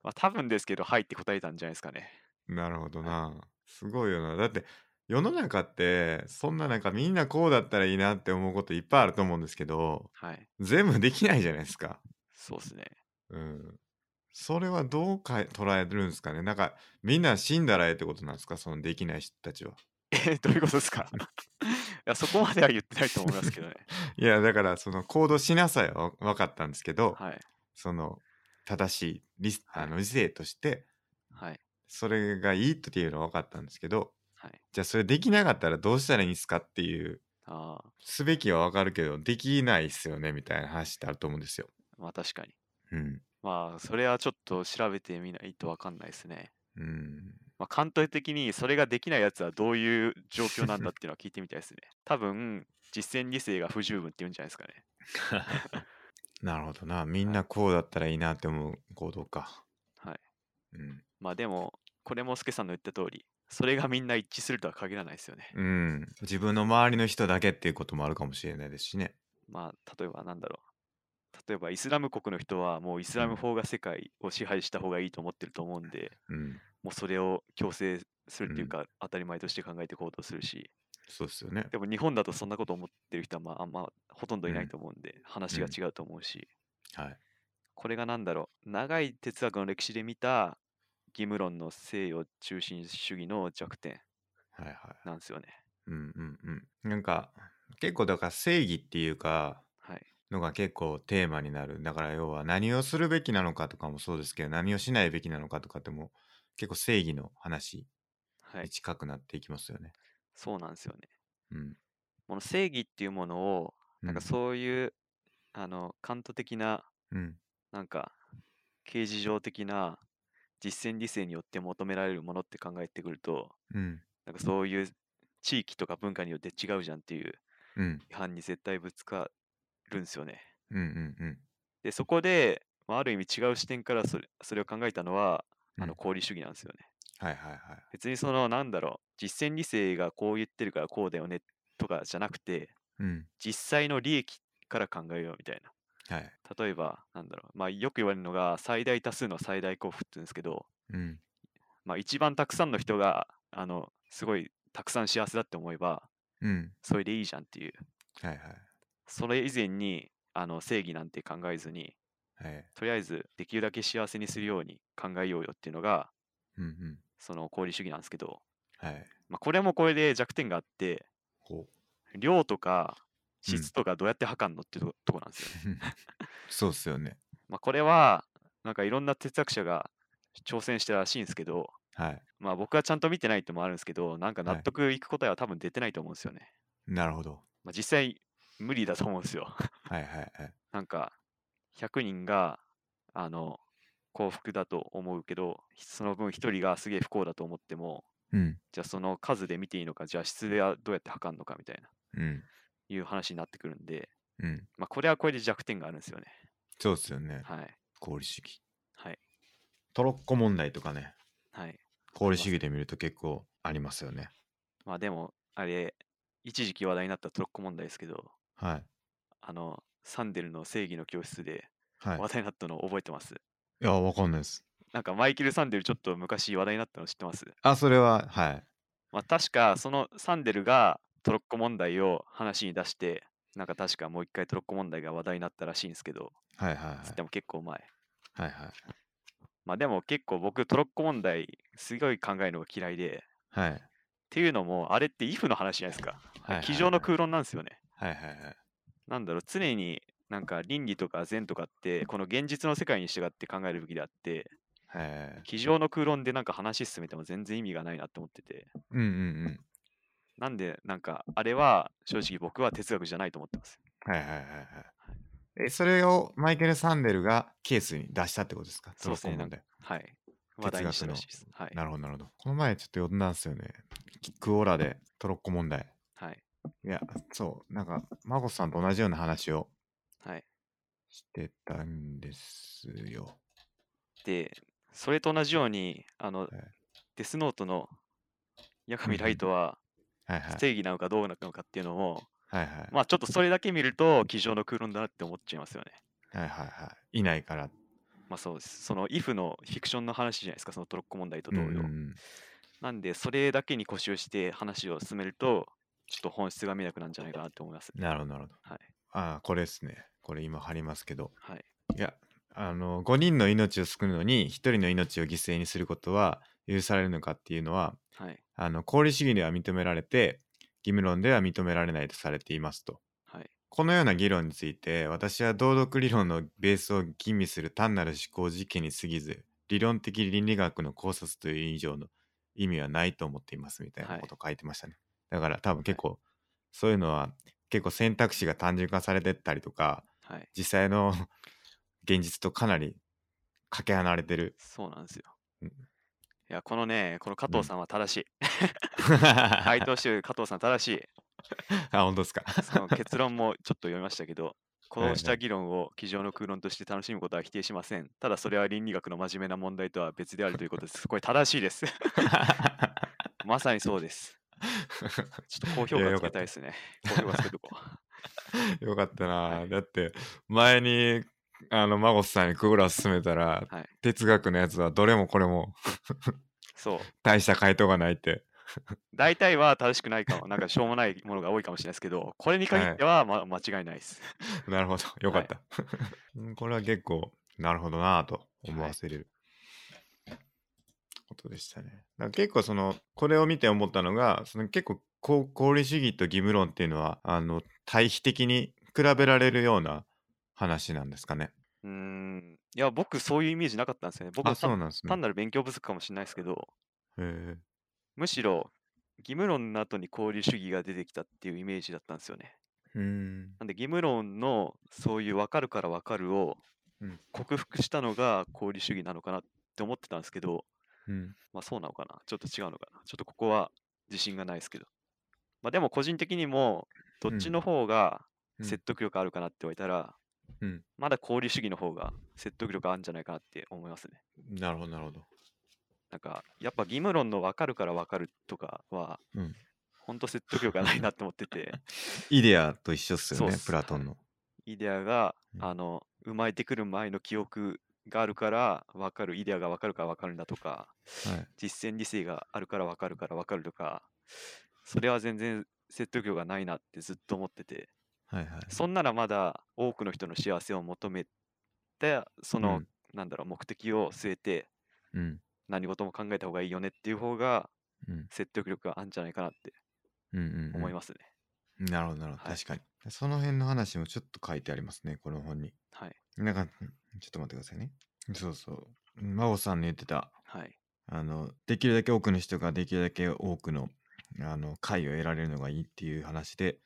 まあ、多分ですけど、はいって答えたんじゃないですかね。
なるほどな。すごいよな。だって世の中ってそんななんかみんなこうだったらいいなって思うこといっぱいあると思うんですけど
はい。
全部できないじゃないですか。
そうですね。
うん。それはどうか捉えるんですかねなんかみんな死んだらええってことなんですかそのできない人たちは。
え、 どういうことですかいや、そこまでは言ってないと思いま すけどね。
いやだからその行動しなさいは分かったんですけど、
はい。
その正しい理
はい
あの理性として
はい。
それがいいっていうのは分かったんですけど
はい。
じゃあそれできなかったらどうしたらいいんですかっていう
ああ、
すべきはわかるけど、できないっすよね、みたいな話ってあると思うんですよ。
まあ確かに。
うん。
まあ、それはちょっと調べてみないとわかんないですね。
うん。
まあ、関東的にそれができないやつはどういう状況 なんだっていうのは聞いてみたいですね。多分、実践理性が不十分って言うんじゃないですかね。
なるほどな。みんなこうだったらいいなって思う行動か。
はい。
うん。
まあでも、これもスケさんの言った通り、それがみんな一致するとは限らないですよね。
うん。自分の周りの人だけっていうこともあるかもしれないですしね。
まあ、例えばなんだろう。例えば、イスラム国の人はもうイスラ
う
ム
ん
法が世界を支配した方がいいと思ってると思うんで、
うん。
もうそれを強制するっていう
うん
か、当たり前として考えて行動するし、
そうっすよね。
でも日本だとそんなこと思ってる人はまああんまほとんどいないと思うんで、話が
うん
違うと思うし、
はい。
これがなんだろう、長い哲学の歴史で見た義務論の西洋中心主義の弱点
はいはい。
なんですよね。
うんうんうん。なんか、結構だから正義っていうか、
はい。
のが結構テーマになる。だから要は何をするべきなのかとかもそうですけど、何をしないべきなのかとかっても結構正義の話
はい
に、近くなっていきますよね。
そうなんですよね。
うん。
この正義っていうものを、なんか
うん
そういう、あの、カント的な、
うん。
なんか、形事上的な実践理性によって求められるものって考えてくると、
うん。
なんかそういう地域とか文化によって違うじゃんっていう
うん。
批判に絶対ぶつかるんですよね。
うん。うん。うん。
で、そこで、まあ、ある意味違う視点からそれそれを考えたのは、あ
う
の、
ん
功利主義なんですよね。
はいはいはい。
別にその、なんだろう、実践理性がこう言ってるからこうだよねとかじゃなくて、
うん。
実際の利益から考えようみたいな。
はい。
例えば、なんだろう、まあ、よく言われるのが、最大多数の最大幸福って言うんですけど、
うん。
まあ、一番たくさんの人が、あの、すごいたくさん幸せだって思えば、
うん。
それでいいじゃんっていう、
はいはい。
それ以前に、あの、正義なんて考えずに、
はい。
とりあえずできるだけ幸せにするように考えようよっていうのが
うんうん。
その功利主義なんですけど、
はい。
まあ、これもこれで弱点があって
ほ
量とか
うん
質とかどうやって測るのっていうととこなんですよね。
う。そうっすよね。
まあ、これはなんかいろんな哲学者が挑戦したらしいんですけど、
はい。
まあ、僕はちゃんと見てないってもあるんですけどなんか納
はい
得いく答えは多分出てないと思うんですよね。
なるほど。
まあ、実際無理だと思うんですよ。
はいはいはい。
なんか100人があの幸福だと思うけどその分1人がすげえ不幸だと思っても
うん。
じゃあその数で見ていいのかじゃあ質ではどうやって測るのかみたいな
うん。
いう話になってくるんで、
うん。
まあ、これはこれで弱点があるんですよね。
そうっすよね。
はい
功利主義。
はい
トロッコ問題とかね、
はい。
功利主義で見ると結構ありますよね。
まあでもあれ一時期話題になったトロッコ問題ですけど
はい。
あのサンデルの正義の教室で
はい。
話題になったの覚えてます、
いや、わかんないです。
なんかマイケル・サンデルちょっと昔話題になったの知ってます
あ、それは、はい。
まあ、確かそのサンデルがトロッコ問題を話に出して、なんか確かもう一回トロッコ問題が話題になったらしいんですけど、
はいはいはい
つっても結構前。
はいはい
まあでも結構僕トロッコ問題すごい考えるのが嫌いで、っ
はいはい
ていうのもあれって if の話じゃないですか。
はいはい
机上の空論なんですよね。
はいはい
なんだろう、常になんか倫理とか善とかってこの現実の世界に従って考えるべきであって、
はいはい
机上の空論でなんか話進めても全然意味がないなって思ってて、
うんうん
なんでなんかあれは正直僕は哲学じゃないと思ってます。
うんはいはいはいはいえそれをマイケル・サンデルがケースに出したってことですか
そうですね
トロッコ問題
はい。話題にし
哲学
た
の
らしいです。はい。
なるほどなるほどこの前ちょっと呼んだんですよねキックオーラでトロッコ問題
はい。
いやそうなんかマコさんと同じような話を
はい。
してたんですよ
で、それと同じように、あの、
い
デスノートの八
うんう
神
ん
ライトは
はいはい
正義なのかどうなのかっていうのも、
はいはい
まあちょっとそれだけ見ると、机上の空論だなって思っちゃいますよね。
はいはいはいいないから
まあそうです。その if のフィクションの話じゃないですか、そのトロッコ問題と
うん
同
う
様。
ん
なんで、それだけに固執して話を進めると、ちょっと本質が見えなくなるんじゃないかなと思います。
なるほどなるほど
はい。
ああこれですねこれ今貼りますけど
はい。
いやあの5人の命を救うのに1人の命を犠牲にすることは許されるのかっていうのは
はい。
あの功利主義では認められて義務論では認められないとされていますと
はい。
このような議論について私は道徳理論のベースを吟味する単なる思考実験に過ぎず理論的倫理学の考察という以上の意味はないと思っていますみたいなこと書いてましたね、だから多分結構そういうのは結構選択肢が単純化されてったりとか
はい。
実際の 現実とかなりかけ離れてる
そうなんですよ
うん。
いや、このね、この加藤さん は正しい。
は
回答してる加藤さん正しい。
あ本当ですか
その結論もちょっと読みましたけ ど、こ
はいは
う
い
した議論を机上の空論として楽しむことは否定しません。ただそれは倫理学の真面目な問題とは別であるということ です。これ正しいです。まさにそうです。ちょっと高評
いや
価
よか
つけ
った
たいですね。高評価つけとこ
よかったな、
はい
だって前にあの孫さんにクーラー勧めたら、
はい
哲学のやつはどれもこれも
う。 そう。
大した回答がない って
大体は正しくないかも。なんかしょうもないものが多いかもしれないですけど、これに限っては、ま間違いないです。
なるほどよかった、うん これは結構なるほどなぁと思わせれる、ことでしたねだから結構そのこれを見て思ったのがその結構こう功利主義と義務論っていうのはあの対比的に比べられるような話なんですかね
うーん。いや、僕そういうイメージなかったんですよね。僕
あ
は
そう
単
なんですね
単なる勉強不足かもしれないですけど、
へえ
むしろ義務論の後に交流主義が出てきたっていうイメージだったんですよね。
うん
なんで義務論のそういう分かるから分かるを
うん
克服したのが功利主義なのかなって思ってたんですけど、
うん
まあそうなのかなちょっと違うのかなちょっとここは自信がないですけど。まあでも個人的にもどっ
う
ち
ん
の方が
うん
説得力あるかなって言われたら、
うん
まだ功利主義の方が説得力あるんじゃないかなって思いますね。
なるほどなるほど
なんかやっぱ義務論の分かるから分かるとかは、
うん
ほんと説得力がないなって思っ てて。
イデアと一緒っすよ
そう
ね
っす
プラトンの、
イデアが、
うん
あの生まれてくる前の記憶があるから分かるイデアが分かるから分かるんだとか
はい、
実践理性があるから分かるから分かるとかそれは全然説得力がないなってずっと思ってて
はいはい
そんならまだ多くの人の幸せを求めったその、
うん
なんだろう目的を据えて
うん
何事も考えた方がいいよねっていう方が
うん
説得力があるんじゃないかなって
うんうん
思い
ま
ますね。
すなるほどなるほど、
はい
確かにその辺の話もちょっと書いてありますねこの本に
はい
なんかちょっと待ってくださいねそうそう真央さんの言ってた
はい
あのできるだけ多くの人ができるだけ多くのあの解を得られるのがいいっていう話で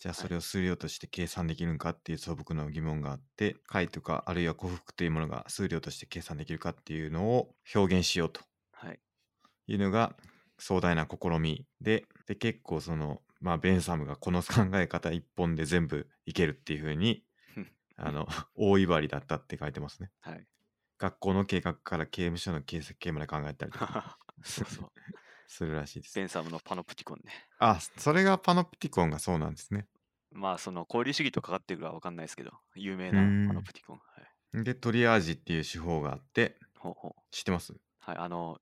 じゃあ
はい
それを数量として計算できるのかっていう素朴な疑問があって解とかあるいは幸福というものが数量として計算できるかっていうのを表現しようと
はい
いうのが壮大な試みでで結構そのまあベンサムがこの考え方一本で全部いけるっていうふう にあの大威張りだったって書いてますね。
はい。
学校の計画から刑務所の計設計まで考えたりとか
そうそう。
するらしいです
ベ。ンサムのパノプティコンね。
あ、それがパノプティコンがそうなんですね。
まあその功利主義とかかってるかわかんないですけど、有名
う
なんパノプティコン。はい、
で、トリアージっていう手法があって、
ほうほう。
知ってます
はい、あの、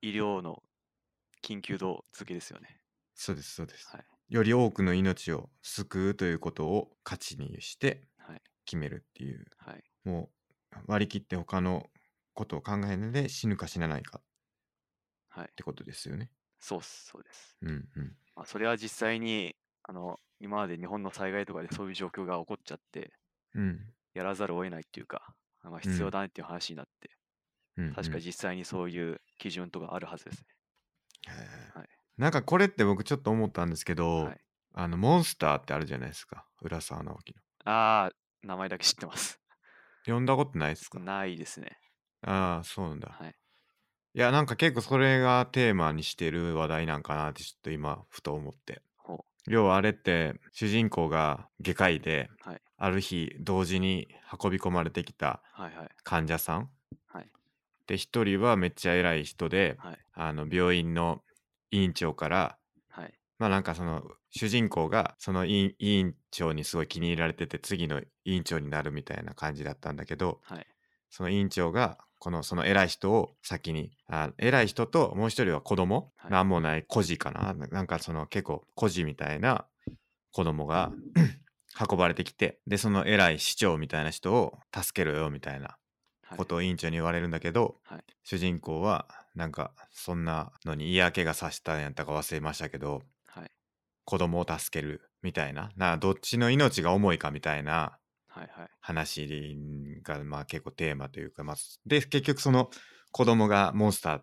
医療の緊急度付けですよね。
そうです、そうです。
はい。
より多くの命を救うということを価値にして
はい。
決めるっていう、
はい。
もう割り切って他のことを考えないで死ぬか死なないかっ
はい。
てことですよね。
そうっす、そうです。
うんうん。
まあ、それは実際に、あの、今まで日本の災害とかでそういう状況が起こっちゃって、
うん
やらざるを得ないっていうか、まあ、
うん
必要だねっていう話になって、
うんうん。
確か実際にそういう基準とかあるはずですね。
へー
はい
なんかこれって僕ちょっと思ったんですけど、
はい
あのモンスターってあるじゃないですか浦沢直樹の
ああ、名前だけ知ってます。
読んだことないですか
ないですね。
ああそうなんだ、
はい。
いや、なんか結構それがテーマにしてる話題なんかなってちょっと今、ふと思って
ほ。
要はあれって主人公が外科医で、
はい
ある日同時に運び込まれてきた
はいはい。
患者さん、
はい
で一人はめっちゃ偉い人で、
はい
あの病院の院長から
はい。
まあなんかその主人公がその院院長にすごい気に入られてて次の院長になるみたいな感じだったんだけど、
はい。
その委員長がこのその偉い人を先にあ偉い人ともう一人は子供、
はい
なんもない孤児かなななんかその結構孤児みたいな子供が 運ばれてきてでその偉い市長みたいな人を助けろよみたいな
はい
ことを委員長に言われるんだけど、
はい
主人公はなんかそんなのに嫌気がさしたんやったか忘れましたけど
はい
子供を助けるみたいななどっちの命が重いかみたいな
はいはい
話がまあ結構テーマというか、まあ、で結局その子供がモンスター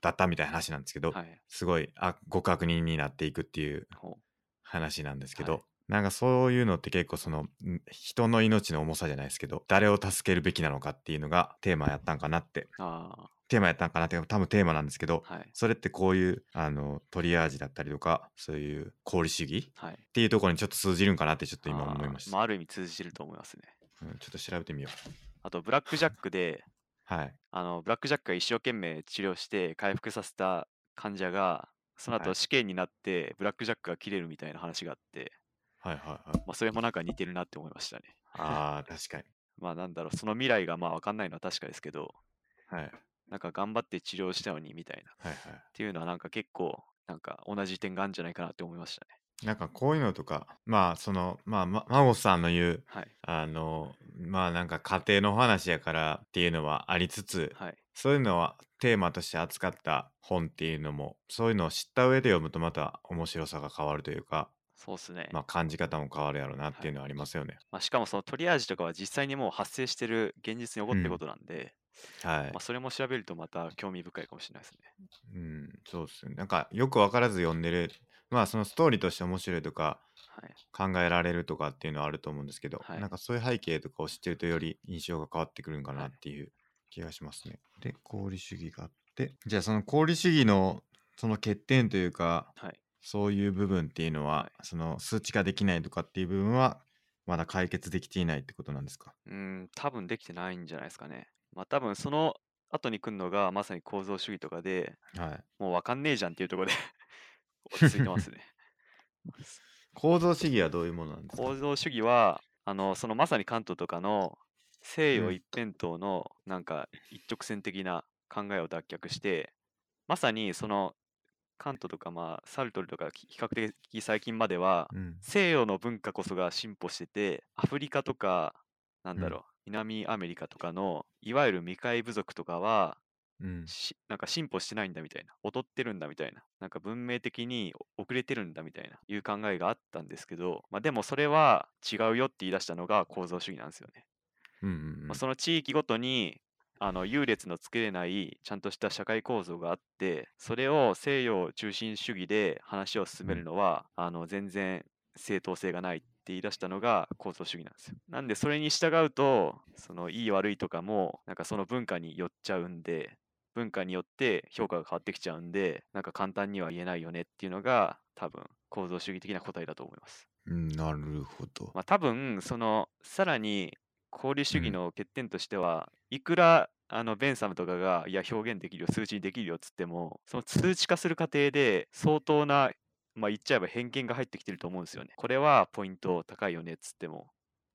だったみたいな話なんですけど、
はい。
すごいあご確認になっていくっていう
ほ
話なんですけど、
はい
なんかそういうのって結構そのん人の命の重さじゃないですけど誰を助けるべきなのかっていうのがテーマやったんかなって
う。あ
テーマやったんかなって多分テーマなんですけど
あ、はい。
それってこういうあのトリアージだったりとかそういう功利主義っ
はい。
ていうところにちょっと通じるんかなってちょっと今
あー
思いました、
あ、ある意味通じると思いますね。
うんちょっと調べてみよう
あと、ブラックジャックで、
はい
あの、ブラックジャックが一生懸命治療して回復させた患者が、その
はい
後試験になって、ブラックジャックが切れるみたいな話があって、
はいはいはい
まあ、それもなんか似てるなって思いましたね。
ああ、確かに。
まあ、なんだろう、その未来がまあ分かんないのは確かですけど、
はい。
なんか頑張って治療したのにみたいな。っ
はいは
ていうのは、なんか結構、なんか同じ点があるんじゃないかなって思いましたね。
い。なんかこういうのとか、まあその、まあ、ま、孫さんの言う、
はい。
あの、まあなんか家庭のお話やからっていうのはありつつ、
はい。
そういうのはテーマとして扱った本っていうのも、そういうのを知った上で読むとまた面白さが変わるというか、
そうっすね。
まあ感じ方も変わるやろうなっていうのはありますよね。
まあ、しかもそのトリアージとかは実際にもう発生してる現実に起こって
うん
ることなんで、
はい
まあ、。それも調べるとまた興味深いかもしれないですね。
うん、そうですね。なんかよくわからず読んでる、まあそのストーリーとして面白いとか、
はい、
考えられるとかっていうのはあると思うんですけど、
はい
なんかそういう背景とかを知ってるとより印象が変わってくるんかな
はい
っていう気がしますね。で功利主義があってじゃあその功利主義のその欠点というか
はい、
そういう部分っていうのは、
はい
その数値化できないとかっていう部分はまだ解決できていないってことなんですか
うーん、多分できてないんじゃないですかね。まあ、多分その後に来るのがまさに構造主義とかで
はい
もうわかんねえじゃんっていうところで 落ち着いてますね。
構造主義はどういうものなんですか
構造主義はあのそのまさに関東とかの西
う
洋
ん
一辺倒のなんか一直線的な考えを脱却してまさにその関東とかまあサルトルとかき比較的最近までは
うん
西洋の文化こそが進歩しててアフリカとかなんだ
うん
ろ南アメリカとかのいわゆる未開部族とかは
うん。
しなんか進歩してないんだみたいな劣ってるんだみたいななんか文明的にお遅れてるんだみたいないう考えがあったんですけど、まあ、でもそれは違うよって言い出したのが構造主義なんですよね、
うんうん
まあ、その地域ごとにあの優劣のつけれないちゃんとした社会構造があってそれを西洋中心主義で話を進めるのはあの全然正当性がないって言い出したのが構造主義なんですよなんでそれに従うとそのいい悪いとかもなんかその文化によっちゃうんで文化によって評価が変わってきちゃうんでなんか簡単には言えないよねっていうのが多分構造主義的な答えだと思います。
うん。うんなるほど。
まあ、多分そのさらに功利主
う
義
ん
の欠点としては、いくらあのベンサムとかがいや表現できるよ数値にできるよっつってもその数値化する過程で相当な、まあ、言っちゃえば偏見が入ってきてると思うんですよね。これはポイント高いよねっつっても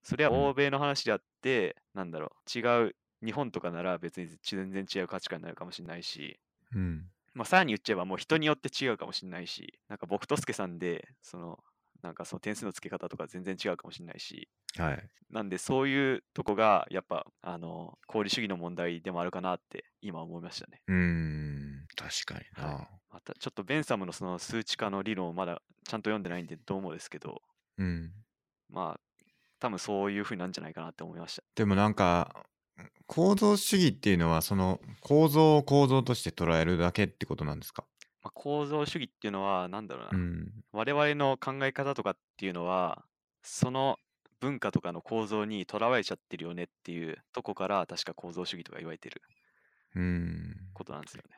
それは
うん
欧米の話であって、なんだろう違う日本とかなら別に全然違う価値観になるかもしれないし
うん。
まあ、さらに言っちゃえばもう人によって違うかもしれないし、なんか僕とスケさんで、その、なんかその点数の付け方とか全然違うかもしれないし、
はい。
なんでそういうとこがやっぱ、あの、功利主義の問題でもあるかなって今思いましたね。
うーん。確かにな。
はまたちょっとベンサムのその数値化の理論をまだちゃんと読んでないんでどう思うですけど、
うん。
まあ、多分そういうふうになんじゃないかなって思いました。
でもなんか構造主義っていうのはその構造を構造として捉えるだけってことなんですか
まあ、構造主義っていうのは、なんだろうな、
うん。
我々の考え方とかっていうのはその文化とかの構造にとらわれちゃってるよねっていうとこから確か構造主義とか言われてる
うん。
ことなんですよね。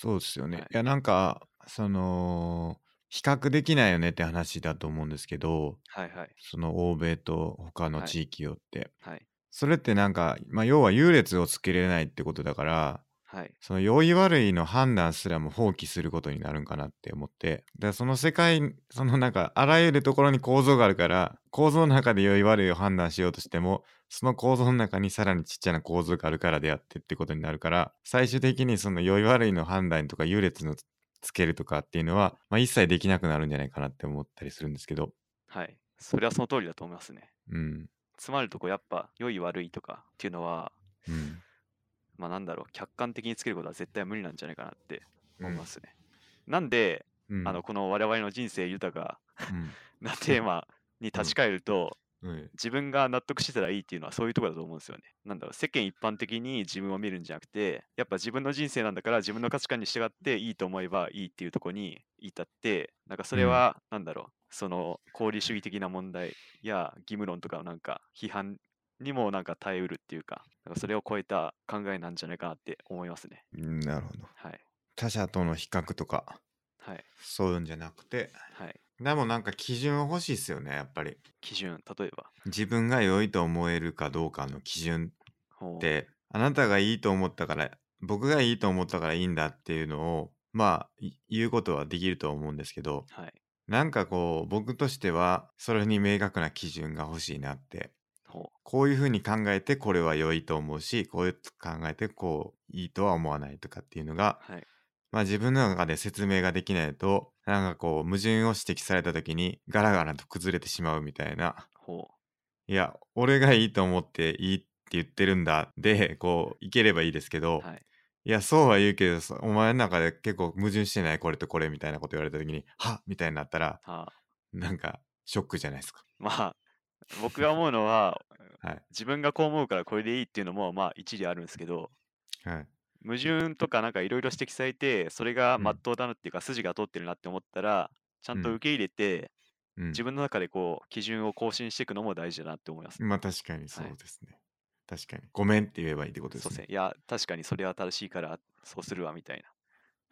そうですよね。
はい
い、やなんかその比較できないよねって話だと思うんですけど
はいはい
その欧米と他の
はい
地域よって、
はい
それってなんか、まあ、要は優劣をつけれないってことだから
はい
その良い悪いの判断すらも放棄することになるんかなって思ってだからその世界そのなんかあらゆるところに構造があるから構造の中で良い悪いを判断しようとしてもその構造の中にさらにちっちゃな構造があるからであってってことになるから最終的にその良い悪いの判断とか優劣のつけるとかっていうのは、まあ、一切できなくなるんじゃないかなって思ったりするんですけど
はいそれはその通りだと思いますね。
うん
つまるとこやっぱ良い悪いとかっていうのは
うん
まあなんだろう客観的につけることは絶対無理なんじゃないかなって
う
思い
ん
ますね。なんで、
うん
あのこの我々の人生豊かなテーマに立ち返ると、
うんうん
自分が納得してたらいいっていうのはそういうところだと思うんですよね。なんだろう世間一般的に自分を見るんじゃなくてやっぱ自分の人生なんだから自分の価値観に従っていいと思えばいいっていうところに至ってなんかそれ
うん
はなんだろう、その功利主義的な問題や義務論とかのなんか批判にもなんか耐えうるっていうかなんかそれを超えた考えなんじゃないかなって思いますね。
うんなるほど
はい
他者との比較とか
はい
そういうんじゃなくて
はい
でもなんか基準欲しいですよねやっぱり
基準例えば
自分が良いと思えるかどうかの基準
ほう
ってあなたがいいと思ったから僕がいいと思ったからいいんだっていうのをまあい言うことはできると思うんですけど
はい
なんかこう僕としてはそれに明確な基準が欲しいなって
ほう
こういうふうに考えてこれは良いと思うしこういう考えてこういいとは思わないとかっていうのが
はい
まあ自分の中で説明ができないとなんかこう矛盾を指摘された時にガラガラと崩れてしまうみたいな
ほう
いや俺がいいと思っていいって言ってるんだでこういければいいですけど、、
はいい
やそうは言うけどそお前の中で結構矛盾してないこれとこれみたいなこと言われた時にはっみたいになったら
はあ
なんかショックじゃないですか。
まあ僕が思うのは、
はい
自分がこう思うからこれでいいっていうのもまあ一理あるんですけど
はい、
矛盾とかなんかいろいろ指摘されてそれが
うん
まっとうだなっていうか、筋が通ってるなって思ったらちゃんと
うん
受け入れて、
うん、
自分の中でこう基準を更新していくのも大事だなって思います。
まあ確かにそうですね。確かにごめんって言えばいいってことで
そうですす
ね
ね。。いや確かにそれは正しいからそうするわみたい
はい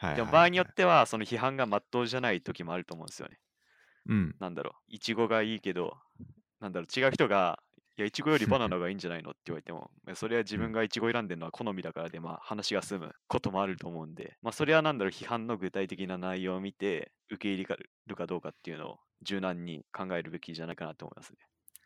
な。
はい
でも場合によってはその批判がまっとうじゃない時もあると思うんですよね。
うん
なんだろう、いちごがいいけど、なんだろう、違う人が、いや、いちごよりバ ナナがいいんじゃないのって言われても、まあそれは自
うん
分がいちご選んでるのは好みだからで、まあ、話が済むこともあると思うんで、まあ、それはなんだろう、批判の具体的な内容を見て、受け入れるかどうかっていうのを柔軟に考えるべきじゃないかなと思います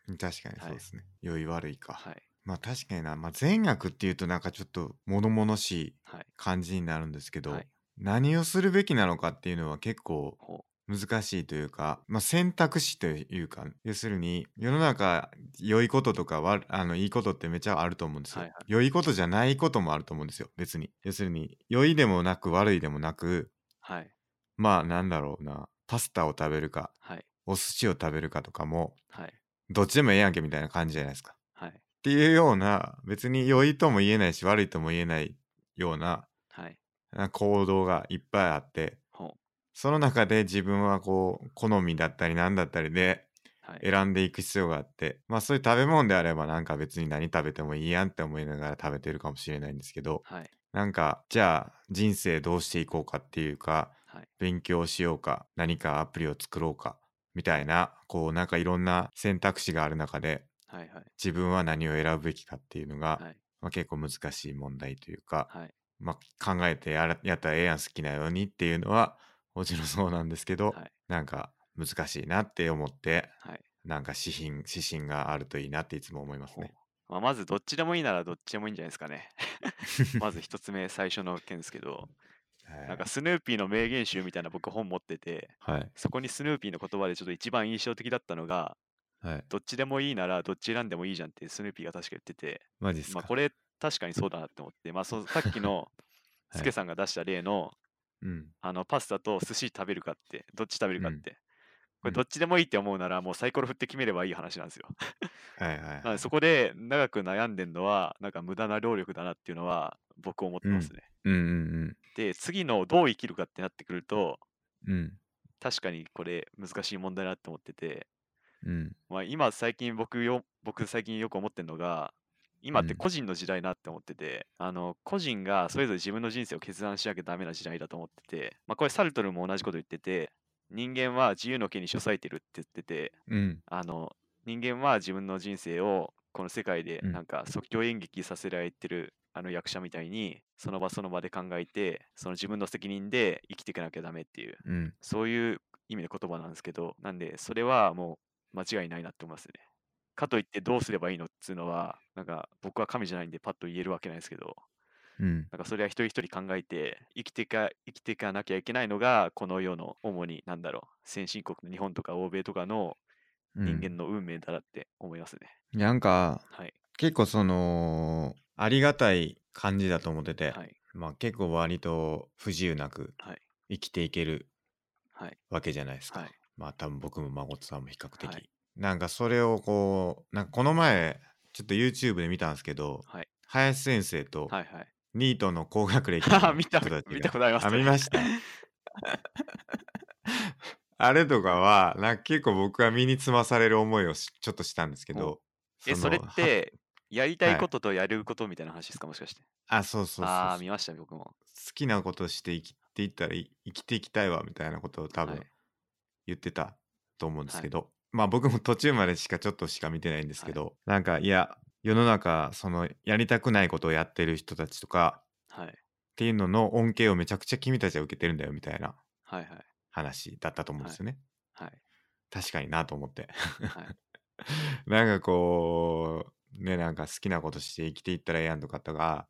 ね。
確かにそうですね。良い悪いか。
はい。
まあ確かにな、まあ、善悪っていうとなんかちょっと物々しい
はい。
感じになるんですけど、
はい
何をするべきなのかっていうのは結構
ほ
難しいというか、まあ、選択肢というか要するに世の中良いこととかわあのいいことってめちゃあると思うんですよ、
はいは
良いことじゃないこともあると思うんですよ別に要するに良いでもなく悪いでもなく
はい。
まあなんだろうなパスタを食べるか
はい。
お寿司を食べるかとかも
はい。
どっちでもええやんけみたいな感じじゃないですか
はい。
っていうような別に良いとも言えないし悪いとも言えないような
はい。
あ行動がいっぱいあって
ほ
その中で自分はこう好みだったり何だったりで
う。はい。
選んでいく必要があってまあそういう食べ物であればなんか別に何食べてもいいやんって思いながら食べてるかもしれないんですけど
はい。
なんかじゃあ人生どうしていこうかっていうか
はい。
勉強しようか何かアプリを作ろうかみたいなこうなんかいろんな選択肢がある中で
はい。はい。
自分は何を選ぶべきかっていうのが、
はい
まあ、結構難しい問題というか、
はい。
まあ、考えてやらやったらええやん好きなようにっていうのはもちろんそうなんですけど、
はい。
なんか難しいなって思って
はい。
なんか指針指針があるといいなっていつも思います
ほう
ね。
まあ、まずどっちでもいいならどっちでもいいんじゃないですかね。 まず一つ目、最初の件ですけど、
はい
なんかスヌーピーの名言集みたいな僕本持ってて、
はい
そこにスヌーピーの言葉でちょっと一番印象的だったのが、
はい
どっちでもいいならどっち選んでもいいじゃんってスヌーピーが確か言ってて、
マジっすか、
まあこれ確かにそうだなって思って、まあそさっ きの
い
スケさんが出した例の、
うん
あのパスタと寿司食べるかって、どっち食べるかっ
うん
て、こ
う
れ
ん
どっちでもいいって思うならもうサイコロ振って決めればいい話なん ですよ。
はいはい
なの
は
で
い
そこで長く悩んでるのはなんか無駄な労力だなっていうのは僕思ってますね。
うんうん
で次のどう生きるかってなってくると
うんうん
確かにこれ難しい問題だなって思ってて、
うん
まあ、今最近僕よ僕最近よく思ってるのが今って
うん
個人の時代なって思ってて、あの個人がそれぞれ自分の人生を決断しなきゃダメな時代だと思ってて、まあ、これサルトルも同じこと言ってて人間は自由の権に処されてるって言ってて
うん
あの人間は自分の人生をこの世界で
うん
なんか即興演劇させられてるあの役者みたいにその場その場で考えてその自分の責任で生きていかなきゃダメっていう
うん
そういう意味の言葉なんですけどなんでそれはもう間違いないなって思いますね。かといってどうすればいいのっつうのはなんか僕は神じゃないんでパッと言えるわけないですけど
うん
なんかそれは一人一人考えて生きてか生きていかなきゃいけないのがこの世の主になんだろう先進国の日本とか欧米とかの
うん
人間の運命だなって思いますね。
なんか
はい。
結構そのありがたい感じだと思ってて、
はい。
まあ結構割と不自由なく
はい。
生きていける
はい。
わけじゃないですか、
はい。
まあ多分僕も孫さんも比較的、
はい
なんかそれをこうなんかこの前ちょっと YouTube で見たんですけど、
はい
林先生と
はい。はい。
ニートの高学歴の人
はは
た
見
ち
た、
が
見たことあります
あ
ね。
見ました あれとかはなんか結構僕は身につまされる思いをしちょっとしたんですけど
え、
の
それ
は
って、やりた
はいい
こととやることみたいな話ですか、もしかして。
あそうそうそうそう
ああ、見ました、僕も。
好きなことして生きていったらい生きていきたいわみたいなことを多分
はい
言ってたと思うんですけど、まあ僕も途中までしかちょっとしか見てないんですけど、なんかいや世の中そのやりたくないことをやってる人たちとか
はい。
っていうのの恩恵をめちゃくちゃ君たちは受けてるんだよみたいな
はい。はい。
話だったと思うんですよね。
はい。
確かになと思って。
はい。
なんかこうねなんか好きなことして生きていったらええやんとかとか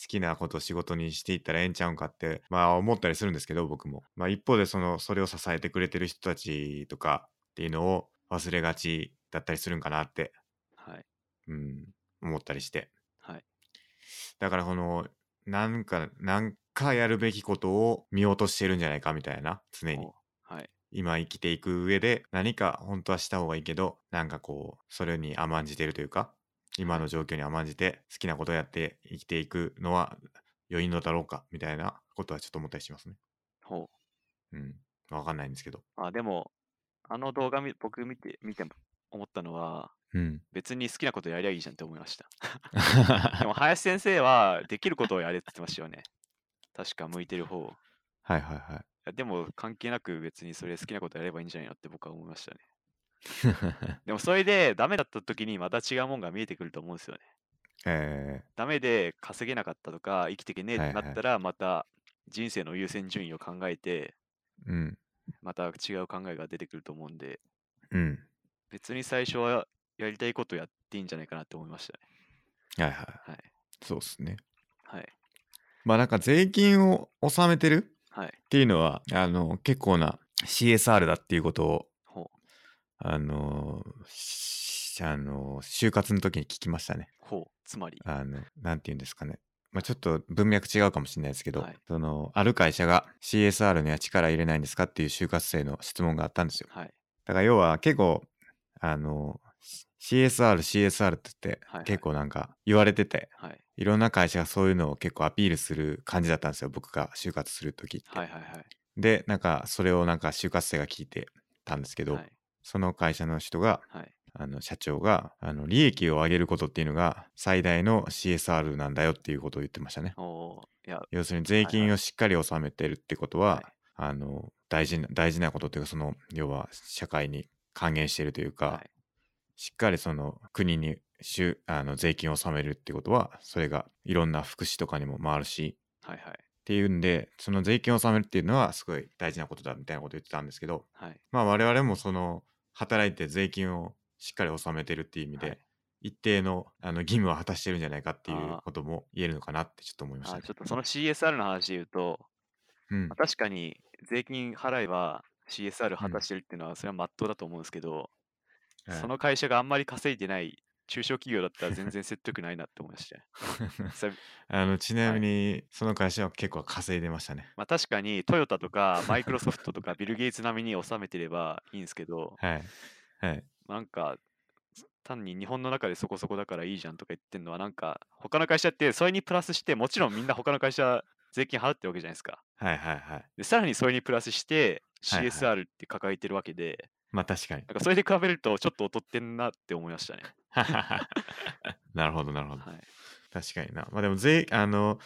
好きなことを仕事にしていったらええんちゃうんかってまあ思ったりするんですけど僕もまあ一方でそのそれを支えてくれてる人たちとかっていうのを忘れがちだったりするんかなって、
はい。
うん、思ったりして
はい。
だからこのなんかなんかやるべきことを見落としてるんじゃないかみたいな常に
おはい。
今生きていく上で何か本当はした方がいいけどなんかこうそれに甘んじてるというか今の状況に甘んじて好きなことをやって生きていくのは良いのだろうかみたいなことはちょっと思ったりしますね。
ほ
うん。わかんないんですけど。
う。あ、でも、あの動画み僕見て、見て思ったのは、
うん。
別に好きなことやりゃいいじゃんって思いました。 でも、林先生は、できることをやれって言ってましたよね。確か、向いてる方を。
はいはいはい
やでも関係なく別にそれ好きなことやればいいんじゃないのって僕は思いましたね。
い。
でもそれでダメだった時にまた違うもんが見えてくると思うんですよね。
え
ダメで稼げなかったとか生きていけねえっ
はい
てな
はい
ったらまた人生の優先順位を考えて
ー、うん。
また違う考えが出てくると思うんで
うん。
別に最初はやりたいことやっていいんじゃないかなって思いましたね。
はいはい。
はい。
そうですね。
はい。
まあなんか税金を納めてる
はい。
っていうのはあの結構な CSR だっていうことを
ほう
あのしあの就活の時に聞きましたね。
ほうつまり
あのなんて言うんですかね、まあ、ちょっと文脈違うかもしれないですけど、
はい
そのある会社が CSR には力入れないんですかっていう就活生の質問があったんですよ。
はい
だから要は結構あの CSR、CSR って言って、
はいはい
結構なんか言われてて、
はい
いろんな会社がそういうのを結構アピールする感じだったんですよ、僕が就活する時って。
はいはいはい
で、なんかそれをなんか就活生が聞いてたんですけど、
はい
その会社の人が、
はい
あの社長があの利益を上げることっていうのが最大の CSR なんだよっていうことを言ってましたね。
おおーいや
要するに税
はい
金
は
をしっかり納めてるってことは、
はい
あの大事な大事なことというかその要は社会に還元してるというか、
はい
しっかりその国に収あの税金を納めるってことはそれがいろんな福祉とかにも回るし
はいはい
っていうんでその税金を納めるっていうのはすごい大事なことだみたいなこと言ってたんですけど、
はい
まあ、我々もその働いて税金をしっかり納めてるっていう意味で、
はい
一定のあの義務を果たしてるんじゃないかっていう
あー
ことも言えるのかなってちょっと思いました
あ
ね
ちょっとその CSR の話で言うと、
うん
まあ、確かに税金払えば CSR 果たしてるっていうのは、それはまっとうだと思うんですけど、
はい
その会社があんまり稼いでない中小企業だったら全然説得ないなって思いました ね。さ
あのちなみにその会社は結構稼いでましたね。
まあ、確かにトヨタとかマイクロソフトとかビル・ゲイツ並みに収めてればいいんですけど、
はい。はい。
なんか単に日本の中でそこそこだからいいじゃんとか言ってるのは、なんか他の会社ってそれにプラスして、もちろんみんな他の会社税金払ってるわけじゃないですか。
はいはいはい。
でさらにそれにプラスして
はいはい
CSR って掲げてるわけで、
まあ確かに。
なんかそれで比べるとちょっと劣ってんなって思いましたね。
なるほどなるほど。
はい、
確かにな。まあでも税、あの、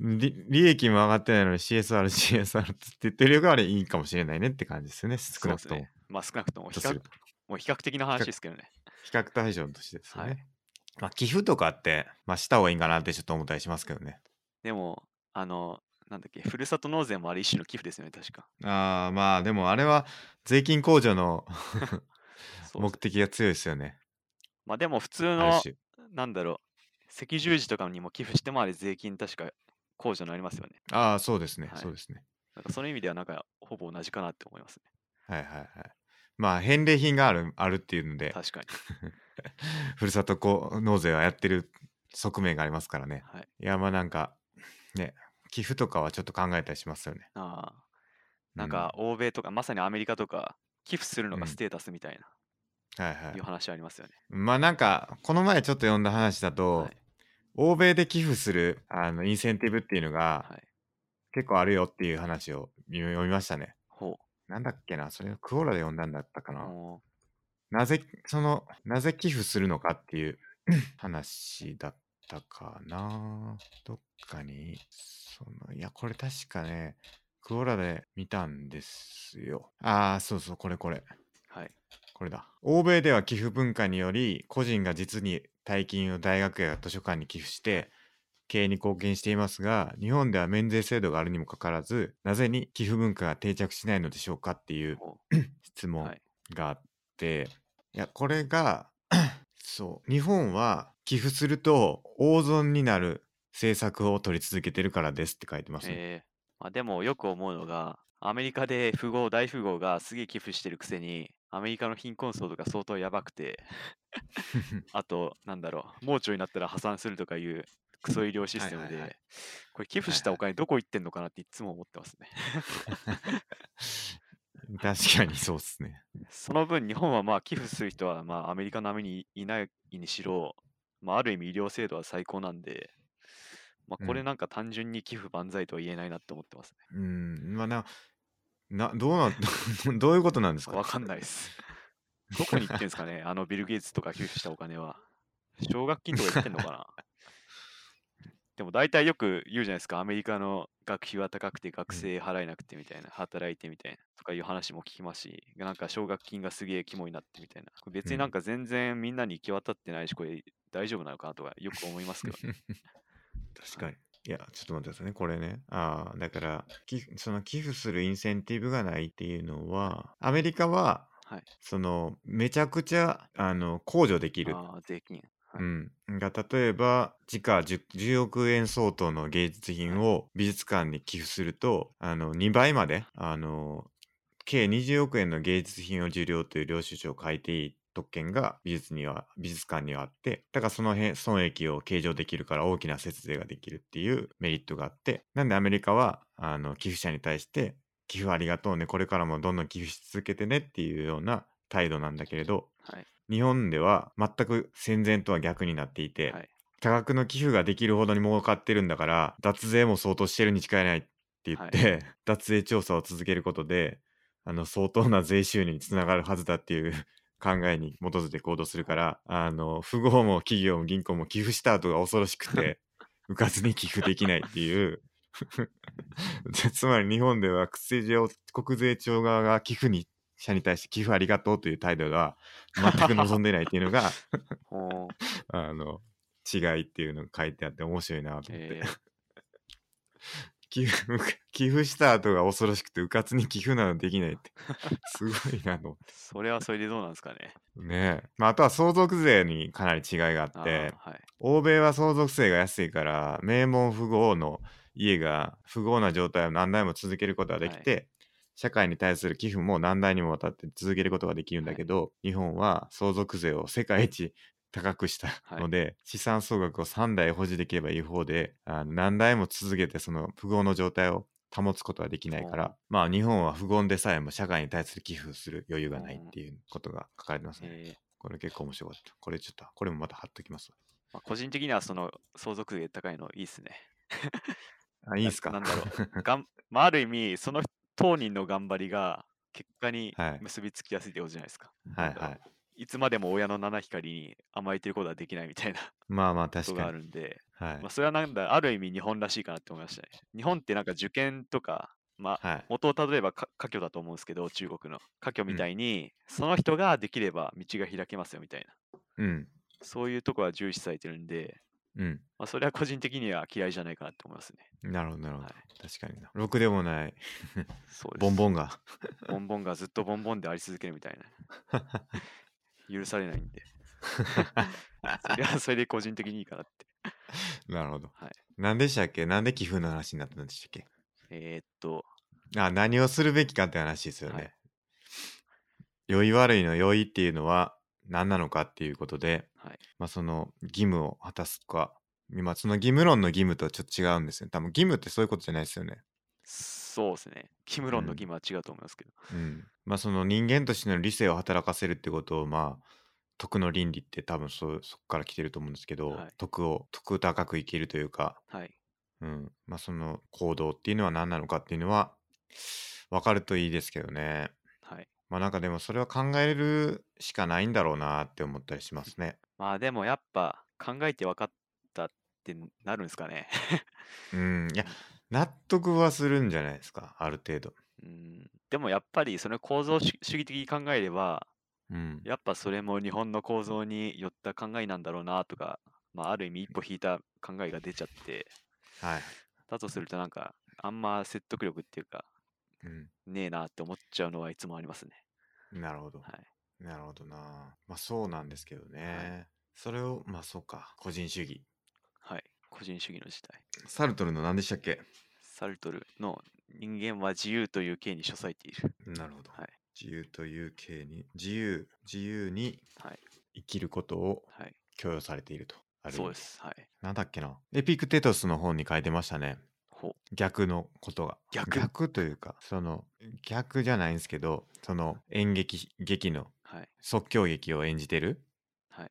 利利益も上がってないのに CSR、CSR って言ってるよりはあれいいかもしれないねって感じですよね。少なくとも。
まあ少なくとも
と
比
す
較
ると
もう比較的な話ですけどね。
比較対象としてですよね。
はい
まあ寄付とかって、まあした方がいいんかなってちょっと思ったりしますけどね。
でも、あの、なんだっけ、ふるさと納税もあれ一種の寄付ですよね、確か。
ああまあでもあれは税金控除の
そう
目的が強いですよね。
まあでも普通
ある
の、
種。
なんだろう、赤十字とかにも寄付してもあれ税金確か控除になりますよね。
ああそうですね、
はい
そうですね。
なんかその意味ではなんかほぼ同じかなって思います
はいはいはい。まあ返礼品があるあるっていうの
ね。
で、
確かに。
ふるさとこ納税はやってる側面がありますからね。
はい。
いやまあなんかね寄付とかはちょっと考えたりしますよね。
ああ
う
なんか、欧米とか、まさにアメリカとか、寄付するのがステータスみたいな、。
はいはいいう
話ありますよね。
まあなんかこの前ちょっと読んだ話だと、
はい
欧米で寄付するあのインセンティブっていうのが
はい。
結構あるよっていう話を読みましたね。
ほ
なんだっけなそれをクオラで読んだんだったか
う。
な。
おー
なぜそのなぜ寄付するのかっていう 話だったかなどっかにそのいやこれ確かねクオラで見たんですよああそうそうこれこれ
はい。
これだ欧米では寄付文化により個人が実に大金を大学や図書館に寄付して経営に貢献していますが日本では免税制度があるにもかかわらずなぜに寄付文化が定着しないのでしょうかっていう
ほ
質
う。
問
はい。
があっていやこれが そう日本は寄付すると大損になる政策を取り続けてるからですって書いてますね。
えーまあ、でもよく思うのが、アメリカで富豪、大富豪がすげえ寄付してるくせに、アメリカの貧困層とか相当やばくて、 あと、なんだろう、盲腸になったら破産するとかいうクソ医療システム
はいはいはい
で、これ寄付した
はいはい
お金どこ行ってんのかなっていつも思ってますね。
確かにそうっすね。
その分、日本はまあ寄付する人はまあアメリカ並みにいないにしろ、まあ、ある意味医療制度は最高なんで、まあ、こ
う
れ
ん
なんか単純に寄付万歳とは言えないなって思ってますね。
うんまあななどうなどういうことなんです か
わかんな いです。どこに行ってんすかねあのビル・ゲイツとか寄付したお金は。奨学金とか行ってんのか なでも大体よく言うじゃないですか、アメリカの学費は高くて学生払えなくてみたいな、働いてみたいなとかいう話も聞きますし、なんか奨学金がすげえ肝になってみたいな。これ別
うん
になんか全然みんなに行き渡ってないし、これ大丈夫なのかなとかよく思いますけどね。
確かに。いや、ちょっと待ってくださいね。これね。ああ、だから、寄付その寄付するインセンティブがないっていうのは、アメリカは、
はい
その、めちゃくちゃ、あの、控除できる。
ああ、税金。はい
うん。が、例えば、時価 10, 10億円相当の芸術品を美術館に寄付すると、あの、2倍まで、あの、計20億円の芸術品を受領という領収書を書いていい特権が美術には美術館にはあってだからその辺損益を計上できるから大きな節税ができるっていうメリットがあってなんでアメリカはあの寄付者に対して寄付ありがとうねこれからもどんどん寄付し続けてねっていうような態度なんだけれど
はい。
日本では全く戦前とは逆になっていて、
はい
多額の寄付ができるほどに儲かってるんだから脱税も相当してるに違いないって言って、脱税調査を続けることであの相当な税収入につながるはずだっていう 考えに基づいて行動するからあの富豪も企業も銀行も寄付した後が恐ろしく て浮かずに寄付できないっていう でつまり日本では国税庁国税庁側が寄付に者に対して寄付ありがとうという態度が全く望んでないっていうのが
おー
あの違いっていうのが書いてあって面白いなと思って、
えー
寄付寄付した後が恐ろしくてうかつに寄付などできないってすごいなと思
それはそれでどうなんですかね。
ってねえ、まあ、あとは相続税にかなり違いがあ
あ
っ
ー
て
はい。
欧米は相続税が安いから名門富豪の家が富豪な状態を何代も続けることができて、社会に対する寄付も何代にもわたって続けることができるんだけど、日本は相続税を世界一高くした
はい
ので、資産総額を3代保持できればいい方であの何代も続けてその富豪の状態を保つことはできないから、
おー
まあ日本は富豪でさえも社会に対する寄付する余裕がないっていうことが書かれてますね。
えー
これ結構面白かった。これちょっと、これもまた貼っときますわ。
まあ、個人的にはその相続税高いのいいですね。
あ、いいですか
なんだろ う。がんまあ、ある意味、その当人の頑張りが結果に
はい
結びつきやすいってことじゃないですか。
はい
なんだろう
はい。
いつまでも親の七光に甘えてることはできないみたいな
まあまあ
こと
確
があ
かに。
るんで、
はい
まあ、。それはなんだ、ある意味日本らしいかなって思いましたね。日本ってなんか受験とか、まあ、
はい。
元をたどればか科挙だと思うんですけど、中国の科挙みたいに、その人ができれば道が開けますよみたいな、
うん。
そういうとこは重視されてるんで、
うん。
まあ、それは個人的には嫌いじゃないかなと思いますね。
なるほどなるほど。
はい
確かにな。ろくでもない
そうです
ボンボンが。
ボンボンがずっとボンボンであり続けるみたい な。許されないんで。それはそれで個人的にいいかなって。
なるほど。
はい
何でしたっけなんで寄付の話になったんでしたっ
えーっと、
けあ、何をするべきかって話ですよね。
はい
良い悪いの良いっていうのは何なのかっていうことで、
はい。
まあ、その義務を果たすか、今その義務論の義務とはちょっと違うんですよ。多分義務ってそういうことじゃないですよね。
そうですね。キムロンの
うん
義務は違うと思いますけど。
うん、まあその人間としての理性を働かせるってことをまあ徳の倫理って多分そうそこから来てると思うんですけど、
はい
徳を徳高く生きるというか、
はい。
うんまあ、その行動っていうのは何なのかっていうのは分かるといいですけどね
はい。
まあなんかでもそれは考えるしかないんだろうなって思ったりします ね。
まあでもやっぱ考えて分かったってなるんですかね。
うんいや納得はするんじゃないですかある程度。
うんでもやっぱりその構造主主義的に考えれば、
うん、
やっぱそれも日本の構造によった考えなんだろうなとか、まあある意味一歩引いた考えが出ちゃって、
はい、
だとするとなんかあんま説得力っていうか
うん
ねえなって思っちゃうのはいつもありますね。
なるほど。
はい。
なるほどな。まあそうなんですけどね。それを、まあそうか、個人主義。
はい。個人主義の時代。
サルトルの何でしたっけ
サルトルの人間は自由という刑に処されている。
なるほど。
はい。
自由という形に、自由、自由に
はい。
生きることを
はい。
強要されていると。ある意味
そうで。す。はい。
なんだっけな。エピクテトスの本に書いてましたね。
ほう。
逆のことが。
逆
というか、その、逆じゃないんですけど、その演劇、劇の
はい。
即興劇を演じてる
はい
っ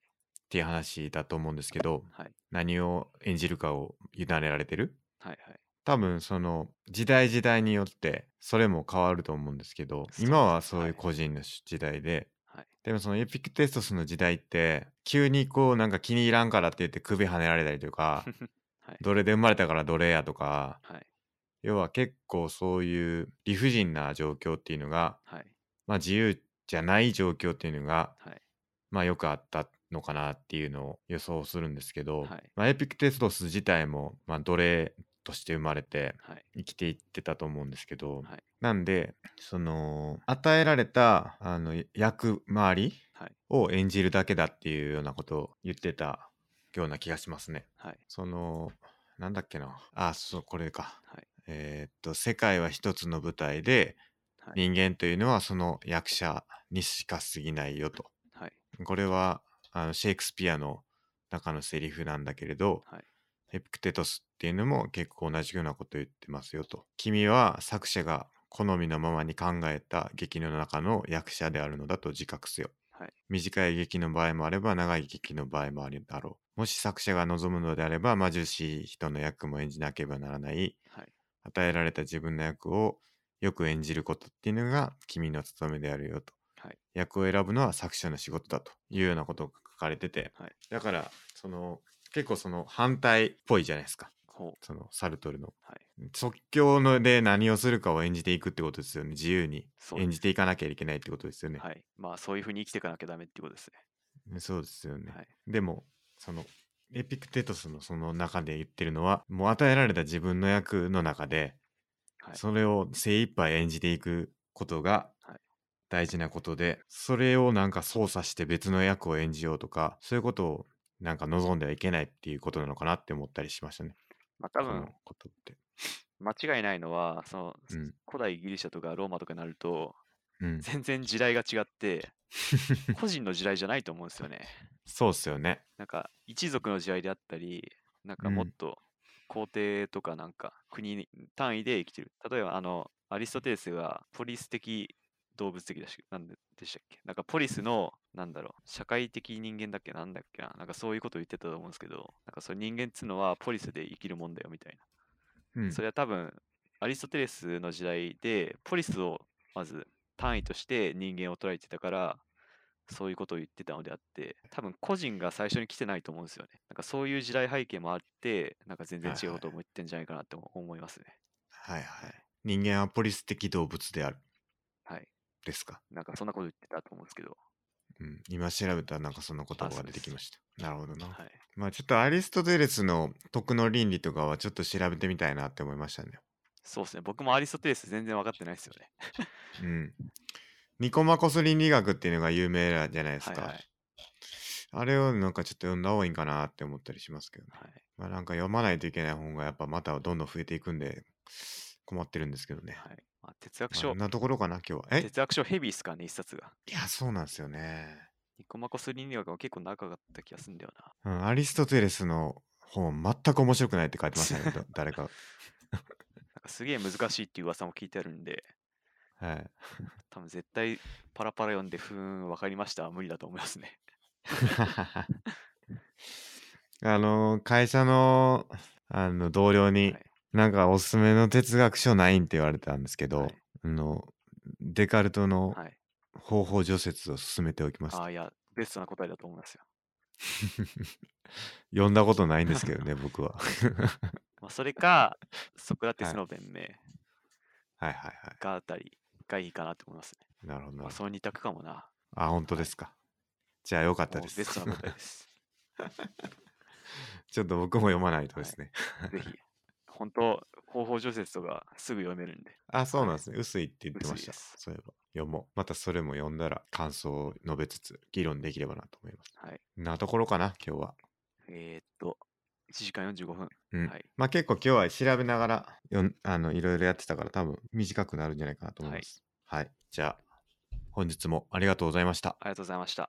ていう話だと思うんですけど、
はい。
何を演じるかを委ねられてる
はい。はい。
多分その時代時代によってそれも変わると思うんですけど
そう
今はそう
はいいう
個人の時代で、
はい
でもそのエピクテトスの時代って急にこうなんか気に入らんからって言って首跳ねられたりとか
はい。
奴隷で生まれたから奴隷やとか
はい。
要は結構そういう理不尽な状況っていうのが、
はい。
まあ、自由じゃない状況っていうのが、
はい。
まあ、よくあったのかなっていうのを予想するんですけど、
はい
まあ、エピクテトス自体も、まあ、奴隷として生まれて
はい。
生きていってたと思うんですけど、
はい
なんでその与えられたあの役回り
はい
を演じるだけだっていうようなことを言ってたような気がしますね。
はい。
そのなんだっけなあそうこれか、
はい
えーっと「世界は一つの舞台で
はい
人間というのはその役者にしか過ぎないよと。
はい。
これはあのシェイクスピアの中のセリフなんだけれど、
はい
エピクテトスっていうのも結構同じようなこと言ってますよと。君は作者が好みのままに考えた劇の中の役者であるのだと自覚せよ。
はい
短い劇の場合もあれば長い劇の場合もあるだろう。もし作者が望むのであれば貧しい人の役も演じなければならない。
はい。
与えられた自分の役をよく演じることっていうのが君の務めであるよと。
はい
役を選ぶのは作者の仕事だというようなことが書かれてて、
はい
だからその結構その反対っぽいじゃないですか
ほ
そのサルトルの
う。はい。
即興ので何をするかを演じていくってことですよね自由に
そうです
演じていかなきゃいけないってことですよね、
はい。まあ、そういうふうに生きていかなきゃダメってことです
そうですよね
ね。、はい。
でもそのエピクテトスのその中で言ってるのはもう与えられた自分の役の中で
はい。
それを精一杯演じていくことが
はい
大事なことで、それをなんか操作して別の役を演じようとかそういうことをなんか望んではいけないっていうことなのかなって思ったりしましたね。
まあ、多
こ
分
のことって。
間違いないのは、その、
うん
古代ギリシャとかローマとかになると、
うん、
全然時代が違って、 個人の時代じゃないと思うんですよね。
そうっすよね。
なんか、一族の時代であったり、なんか
うん
もっと皇帝とかなんか国に単位で生きてる。例えば、あの、アリストテレスがポリス的動物的だし、なんででしたっけなんかポリスの、なんだろう、社会的人間だっけなんだっけななんかそういうことを言ってたと思うんですけど、なんかそう人間っつうのはポリスで生きるもんだよみたいな。
うん
それは多分アリストテレスの時代でポリスをまず単位として人間を捉えてたからそういうことを言ってたのであって多分個人が最初に来てないと思うんですよねなんかそういう時代背景もあってなんか全然
はい
違
はいう
ことを言ってんじゃないかなって思思いますね
はいはい。人間はポリス的動物である
はい
ですか。
なんかそんなこと言ってたと思うんですけど、
うん、今調べたらなんかそんな言葉が出てきました。なるほどな。
はい、
まあちょっとアリストテレスの徳の倫理とかはちょっと調べてみたいなって思いましたね。
そうですね僕もアリストテレス全然分かってないですよね
うん。ニコマコス倫理学っていうのが有名じゃないですか。
はいはい
あれをなんかちょっと読んだ方がいいんかなって思ったりしますけどね。
はい
まあなんか読まないといけない本がやっぱまたどんどん増えていくんで困ってるんですけどね。
はい、まあ、哲学
まあそ
書
んなところかな今日は。え
哲学書ヘビーっすかね一冊が
いやそうなんですよね。
ニコマコス倫理学は結構長かった気がするんだよな
うん、アリストテレスの本全く面白くないって書いてましたねど誰か。
なんかすげえ難しいっていう噂も聞いてあるんで
はい。
多分絶対パラパラ読んで、ふーん、わかりました。無理だと思いますね。
あの会社のあの同僚に、
はい
なんかおすすめの哲学書ないんって言われたんですけど、
はい
あのデカルトの
はい。
方法除雪を進めておきました、
ああ、いや、ベストな答えだと思いますよ。
読んだことないんですけど ね僕は
まあ、それか、ソクラテ
は
ス
い
の弁明
はいはいは
があたりがいいかなと思いますね。
いなるほどな
ま
るほ
あ、
ど
その二択かもな。
あ本当ですか、じゃあよかった
も
で
う
す
ベストな答えです。
ちょっと僕も読まないとですね、
ぜひ。本当、方法除雪とかすぐ読めるんで。
あそうなんですね薄いって言ってまし
薄い
た
です
そういえば読もうまたそれも読んだら感想を述べつつ議論できればなと思います
はい。
なところかな今日は
えー、っと、1時間45分。
うん
はい。
まあ結構今日は調べながらよんあのいろいろやってたから多分短くなるんじゃないかなと思います。はい、じゃあ本日もありがとうございました。
ありがとうございました。